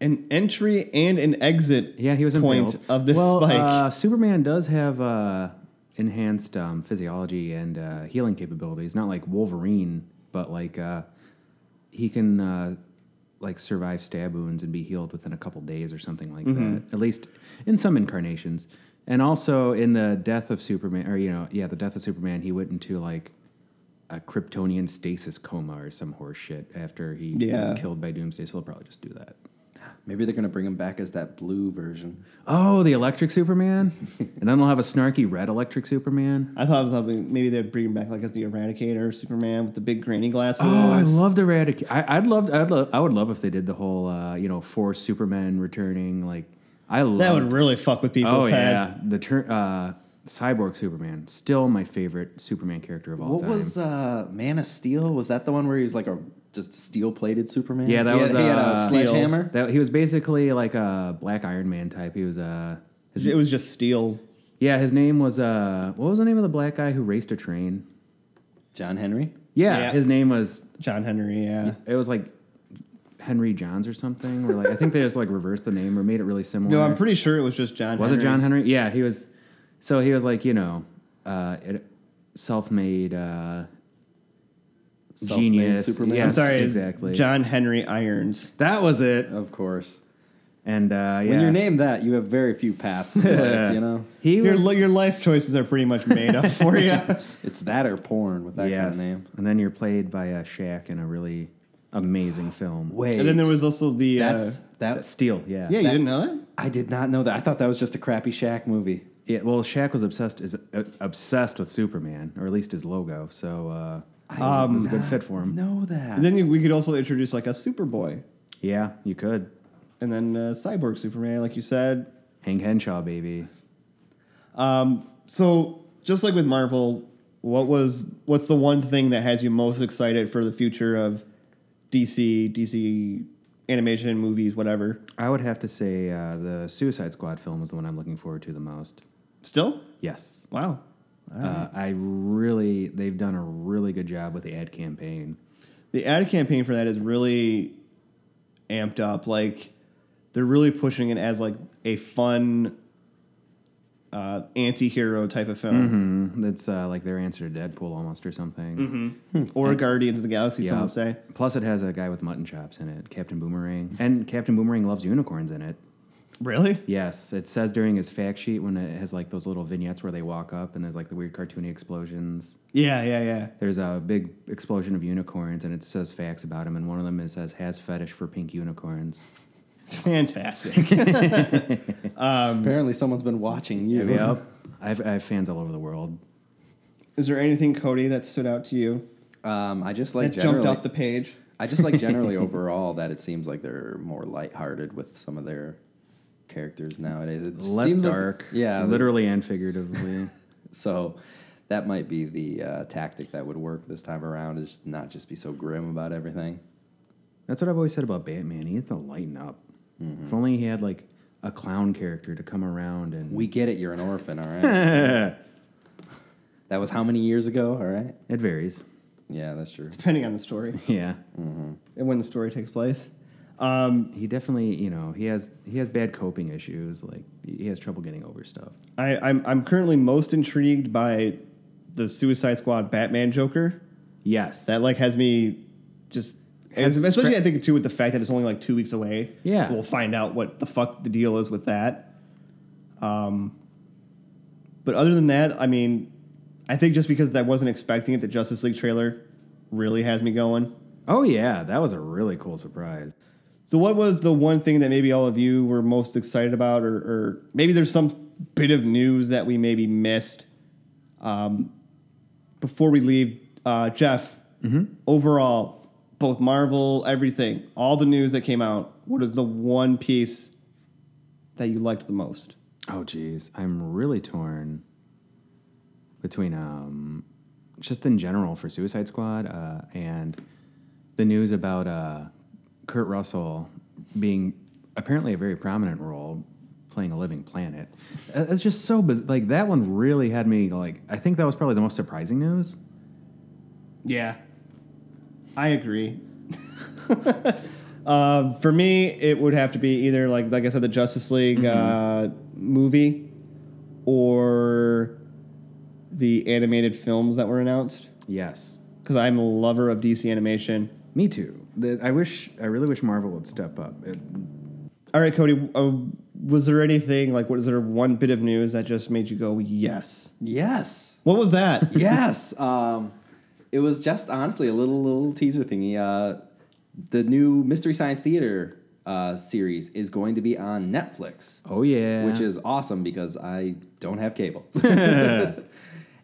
S1: an entry and an exit.
S2: Yeah, he was
S1: point
S2: impaled.
S1: of this
S2: well,
S1: spike.
S2: Uh, Superman does have uh, enhanced um, physiology and uh, healing capabilities. Not like Wolverine, but like uh, he can uh, like survive stab wounds and be healed within a couple days or something like
S1: Mm-hmm.
S2: that. At least in some incarnations. And also in the death of Superman, or you know, yeah, the death of Superman, he went into like a Kryptonian stasis coma or some horse shit after he
S1: Yeah.
S2: was killed by Doomsday. So he'll probably just do that.
S3: Maybe they're gonna bring him back as that blue version.
S2: Oh, the electric Superman, and then they'll have a snarky red electric Superman.
S1: I thought it was something maybe they'd bring him back like as the Eradicator, Superman with the big grainy glasses.
S2: Oh, I love the radic. I, I'd love. I'd love. I would love if they did the whole, uh, you know, four Superman returning. Like, I love
S1: that would really fuck with people's
S2: oh
S1: head.
S2: yeah, the tur uh, cyborg Superman, still my favorite Superman character of all
S3: What
S2: time.
S3: was uh, Man of Steel? Was that the one where he was like a just steel plated Superman?
S2: Yeah, that
S3: He
S2: was,
S3: had, he had a
S2: uh,
S3: sledgehammer.
S2: that? He was basically like a Black Iron Man type. He was uh, his,
S1: It was just steel.
S2: yeah, his name was uh, what was the name of the black guy who raced a train?
S3: John Henry.
S2: Yeah,
S1: Yeah.
S2: his name was
S1: John Henry, yeah.
S2: it was like Henry Johns or something. Or like I think they just like reversed the name or made it really similar.
S1: No, I'm pretty sure it was just John.
S2: Was
S1: Henry.
S2: it John Henry? Yeah, he was. So he was like you know, uh, it, self-made uh,
S3: Self-made
S2: genius.
S3: Superman?
S1: I'm
S2: Yes,
S1: sorry,
S2: exactly.
S1: John Henry Irons.
S2: That was it.
S3: Of course.
S2: And uh, yeah,
S3: When you're named that, you have very few paths. in life, you know,
S2: he
S1: Your
S2: was
S1: li- your life choices are pretty much made up for you.
S3: it's that or porn with that
S2: yes.
S3: kind of name.
S2: And then you're played by a Shaq in a really amazing film.
S3: Wait,
S1: And then there was also the. uh,
S3: that's
S2: Uh,
S3: that's.
S2: Steel, yeah.
S1: yeah, you
S3: that-
S1: didn't know that?
S3: I did not know that. I thought that was just a crappy Shaq movie.
S2: Yeah, well, Shaq was obsessed is uh, obsessed with Superman, or at least his logo. So uh, it was a good fit for him.
S3: Know that?
S1: And then you, we could also introduce like a Superboy,
S2: Yeah, you could.
S1: and then uh, Cyborg Superman, like you said.
S2: Hank Henshaw, baby.
S1: So just like with Marvel, what was what's the one thing that has you most excited for the future of DC, DC animation, movies, whatever?
S2: I would have to say uh, the Suicide Squad film is the one I'm looking forward to the most.
S1: Still,
S2: Yes.
S1: wow.
S2: Uh, I really, they've done a really good job with the ad campaign.
S1: The ad campaign for that is really amped up. Like they're really pushing it as like a fun uh, anti-hero type of film,
S2: That's uh, like their answer to Deadpool almost or something.
S1: Hmm. or Guardians of the Galaxy. Mm-hmm. Some
S2: Yeah.
S1: would say.
S2: Plus, it has a guy with mutton chops in it, Captain Boomerang. And Captain Boomerang loves unicorns in it.
S1: Really?
S2: Yes, it says during his fact sheet when it has like those little vignettes where they walk up and there's like the weird cartoony explosions.
S1: Yeah, yeah, yeah.
S2: There's a big explosion of unicorns and it says facts about him, and one of them is says has fetish for pink unicorns.
S1: Fantastic.
S3: Apparently, someone's been watching you.
S2: Yep, I have, I have fans all over the world.
S1: Is there anything, Cody, that stood out to you
S3: Um, I just like
S1: that
S3: generally,
S1: jumped off the page?
S3: I just like generally overall that it seems like they're more lighthearted with some of their characters nowadays. It
S2: Less
S3: seems like-
S2: dark,
S3: yeah,
S2: literally and figuratively.
S3: So that might be the uh, tactic that would work this time around is not just be so grim about everything.
S2: That's what I've always said about Batman. He needs to lighten up.
S3: Mm-hmm.
S2: If only he had like a clown character to come around and
S3: We get it. You're an orphan. All right. that was how many years ago? All right.
S2: It varies.
S3: Yeah, that's true.
S1: Depending on the story
S2: Yeah.
S3: Mm.
S1: and when the story takes place.
S2: He definitely, you know, he has he has bad coping issues. Like he has trouble getting over stuff.
S1: I, I'm, I'm currently most intrigued by the Suicide Squad Batman Joker.
S2: Yes.
S1: That like has me just
S2: Has
S1: especially
S2: scra-
S1: I think too with the fact that it's only like two weeks away.
S2: Yeah.
S1: So we'll find out what the fuck the deal is with that. Um but other than that, I mean, I think just because I wasn't expecting it, the Justice League trailer really has me going.
S2: oh yeah, that was a really cool surprise.
S1: So, what was the one thing that maybe all of you were most excited about, or, or maybe there's some bit of news that we maybe missed? Um, before we leave, uh, Jeff, overall, both Marvel, everything, all the news that came out, what is the one piece that you liked the most?
S2: Oh geez, I'm really torn between um just in general for Suicide Squad uh, and the news about uh, Kurt Russell being apparently a very prominent role playing a living planet. Uh, It's just so biz- like that one really had me like I think that was probably the most surprising news.
S1: Yeah, I agree. uh, for me, it would have to be either like like I said, the Justice League uh, movie, or the animated films that were announced.
S2: Yes.
S1: Because I'm a lover of DC animation.
S2: Me too. The, I wish I really wish Marvel would step up. It,
S1: All right, Cody. Uh, was there anything like was there one bit of news that just made you go yes?
S3: Yes.
S1: What was that?
S3: yes. Um, it was just honestly a little little teaser thingy. Uh, the new Mystery Science Theater uh, series is going to be on Netflix.
S2: oh yeah.
S3: Which is awesome because I don't have cable.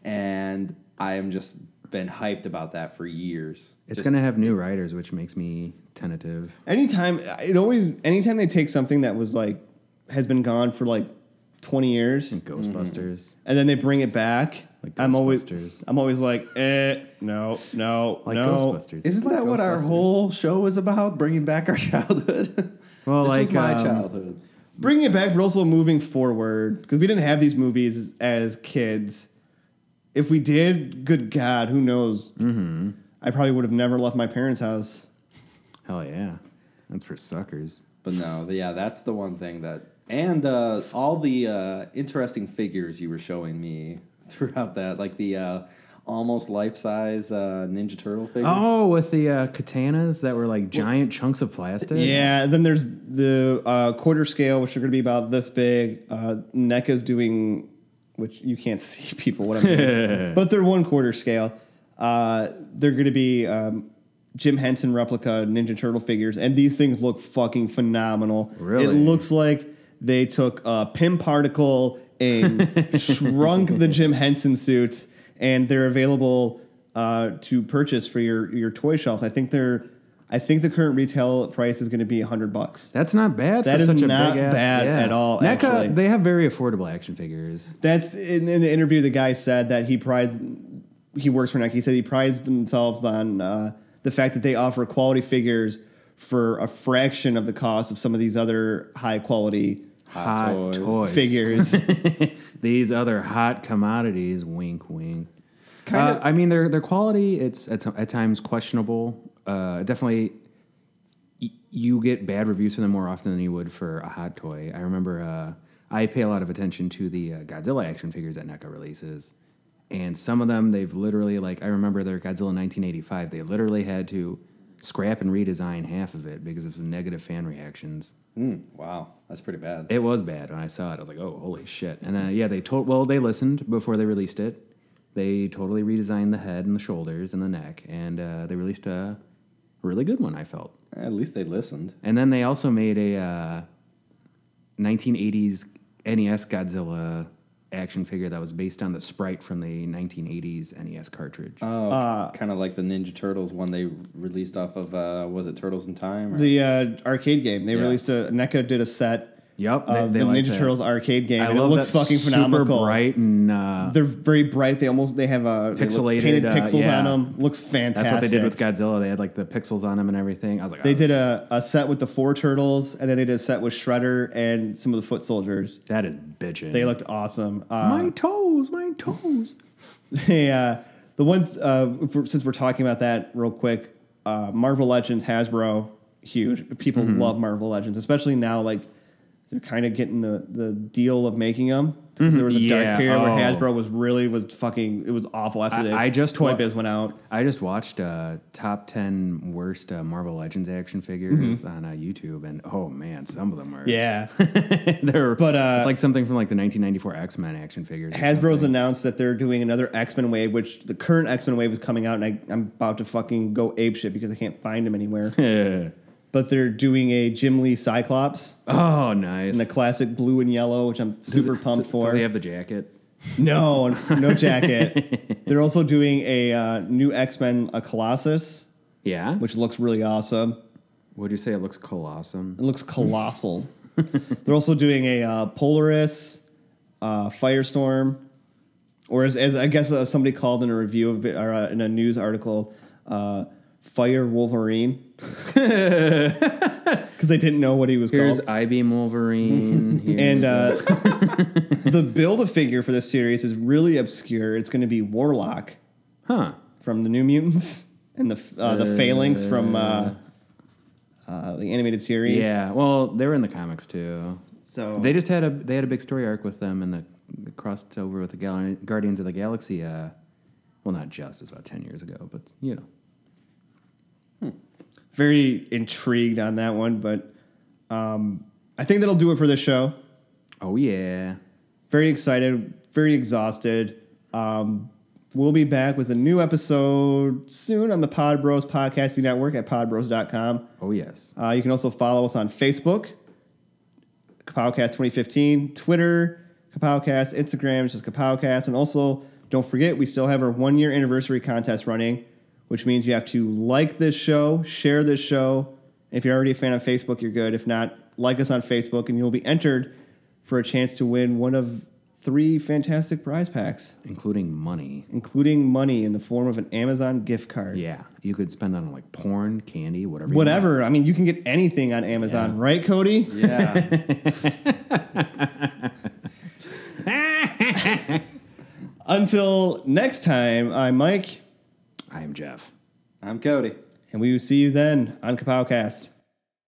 S3: and I am just been hyped about that for years.
S2: it's
S3: Just-
S2: going to have new writers which makes me tentative.
S1: anytime it always anytime they take something that was like has been gone for like 20 years
S2: Mm-hmm. Ghostbusters.
S1: and then they bring it back.
S2: Like
S1: I'm always,
S2: Ghostbusters.
S1: I'm always like, eh, no, no,
S2: Like
S1: no.
S2: Ghostbusters.
S3: Isn't that what our
S1: Ghostbusters.
S3: whole show is about? Bringing back our childhood.
S2: Well,
S3: this
S2: like,
S3: was my
S2: um,
S3: childhood.
S1: Bringing it back, but also moving forward because we didn't have these movies as kids. If we did, good God,
S2: Mm-hmm.
S1: who knows? I probably would have never left my parents' house.
S2: Hell yeah. That's for suckers.
S3: But no, yeah, that's the one thing that, and uh, all the uh, interesting figures you were showing me throughout that, like the uh, almost life size uh, Ninja Turtle figure.
S2: Oh, with the uh, katanas that were like giant chunks of plastic.
S1: Yeah, then there's the uh, quarter scale, which are going to be about this big. Uh, NECA's doing, which you can't see people what I'm doing, but they're one quarter scale. Uh, they're going to be um, Jim Henson replica Ninja Turtle figures, and these things look fucking phenomenal.
S2: Really?
S1: it looks like they took a pin particle and shrunk the Jim Henson suits, and they're available uh, to purchase for your your toy shops. I think they're. I think the current retail price is going to be hundred bucks.
S2: That's not bad.
S1: That
S2: for
S1: is
S2: such a
S1: not
S2: big ass,
S1: bad
S2: yeah.
S1: at all,
S2: NECA,
S1: actually.
S2: they have very affordable action figures.
S1: That's in, in the interview. The guy said that he prides. He works for Nike. He said he prides themselves on uh, the fact that they offer quality figures for a fraction of the cost of some of these other high quality
S2: Hot, toys.
S1: figures.
S2: These other hot commodities. Wink, wink. Uh, I mean, their their quality it's at, some- at times questionable. Uh, definitely, y- you get bad reviews for them more often than you would for a hot toy. I remember uh, I pay a lot of attention to the uh, Godzilla action figures that NECA releases, and some of them they've literally like I remember their Godzilla 1985. They literally had to scrap and redesign half of it because of some negative fan reactions.
S3: Mm, wow, that's pretty bad.
S2: It was bad when I saw it. I was like, oh, holy shit. And then, yeah, they told, well, they listened before they released it. They totally redesigned the head and the shoulders and the neck, and uh, they released a really good one, I felt.
S3: At least they listened.
S2: And then they also made a uh, 1980s NES E Godzilla action figure that was based on the sprite from the 1980s NES E cartridge.
S1: Uh,
S3: Oh, kind of like the Ninja Turtles one they released off of, uh, was it Turtles in Time? or-
S1: the uh, arcade game they
S3: Yeah.
S1: released a NECA did a set
S2: Yup, they-
S1: of
S2: they
S1: uh, the
S2: like
S1: Ninja
S2: that.
S1: Turtles arcade game.
S2: I
S1: and
S2: love
S1: it looks
S2: that
S1: fucking
S2: super
S1: phenomenal.
S2: bright and uh,
S1: They're very bright. They almost they have a they look-
S2: Pixelated,
S1: painted
S2: uh,
S1: pixels
S2: yeah.
S1: on them. Looks fantastic.
S2: that's what they did with Godzilla. They had like the pixels on them and everything. I was like,
S1: They
S2: oh,
S1: did
S2: this-
S1: a, a set with the four turtles, and then they did a set with Shredder and some of the foot soldiers.
S2: that is bitching.
S1: They looked awesome. Uh,
S2: my toes, my toes.
S1: they, uh, the one th- uh, if we're- since we're talking about that real quick, uh, Marvel Legends, Hasbro, huge. People
S2: Mm-hmm.
S1: love Marvel Legends, especially now. Like they're kind of getting the the deal of making them. Because there was a
S2: Mm-hmm. Yeah,
S1: dark period where
S2: oh.
S1: Hasbro was really was fucking. It was awful after
S2: I-
S1: the
S2: I just
S1: toy
S2: wa-
S1: biz went out.
S2: I just watched uh, top ten worst uh, Marvel Legends action figures on uh, YouTube, and oh man, some of them are
S1: Yeah,
S2: they're
S1: But, uh,
S2: it's like something from like the 1994 X Men action figures. or
S1: Hasbro's
S2: something.
S1: announced that they're doing another X Men wave, which the current X Men wave is coming out, and I, I'm about to fucking go ape shit because I can't find them anywhere. but they're doing a Jim Lee Cyclops
S2: oh nice.
S1: in the classic blue and yellow, which I'm
S2: Does-
S1: super pumped
S2: does,
S1: for.
S2: Does he have the jacket?
S1: no, no jacket. they're also doing a uh, new X Men, a Colossus,
S2: Yeah.
S1: which looks really awesome.
S2: Would you say it looks colossum?
S1: It looks colossal. They're also doing a uh, Polaris, uh, Firestorm, or as, as I guess uh, somebody called in a review of it, or uh, in a news article, uh, Fire Wolverine. Because they didn't know what he was
S2: Here's
S1: called.
S2: I Beam Wolverine. here's,
S1: And uh, the build a figure for this series is really obscure. It's going to be Warlock
S2: huh?
S1: from the New Mutants and the f- uh, the Phalanx from uh, uh, the animated series.
S2: Yeah. Well, they were in the comics too.
S1: So
S2: They just had a they had a big story arc with them and the, the crossed over with the Gal- Guardians of the Galaxy. Uh, well, not just it was about ten years ago, but you know,
S1: very intrigued on that one, but um, I think that'll do it for this show.
S2: oh yeah,
S1: Very excited, very exhausted. Um, we'll be back with a new episode soon on the Pod Bros Podcasting Network at podbros.com.
S2: oh yes,
S1: Uh, you can also follow us on Facebook, Kapowcast 2015, Twitter, Kapowcast, Instagram, it's just Kapowcast. And also, don't forget, we still have our one year anniversary contest running, which means you have to like this show, share this show. If you're already a fan of Facebook, you're good. If not, like us on Facebook, and you'll be entered for a chance to win one of three fantastic prize packs,
S2: including money.
S1: including money in the form of an Amazon gift card.
S2: Yeah, you could spend on like porn, candy, whatever. you want.
S1: Whatever. I mean, you can get anything on Amazon, right, Cody?
S3: Yeah.
S1: Until next time, I'm Mike,
S2: I am Jeff.
S3: I'm Cody.
S1: and we will see you then on Kapowcast.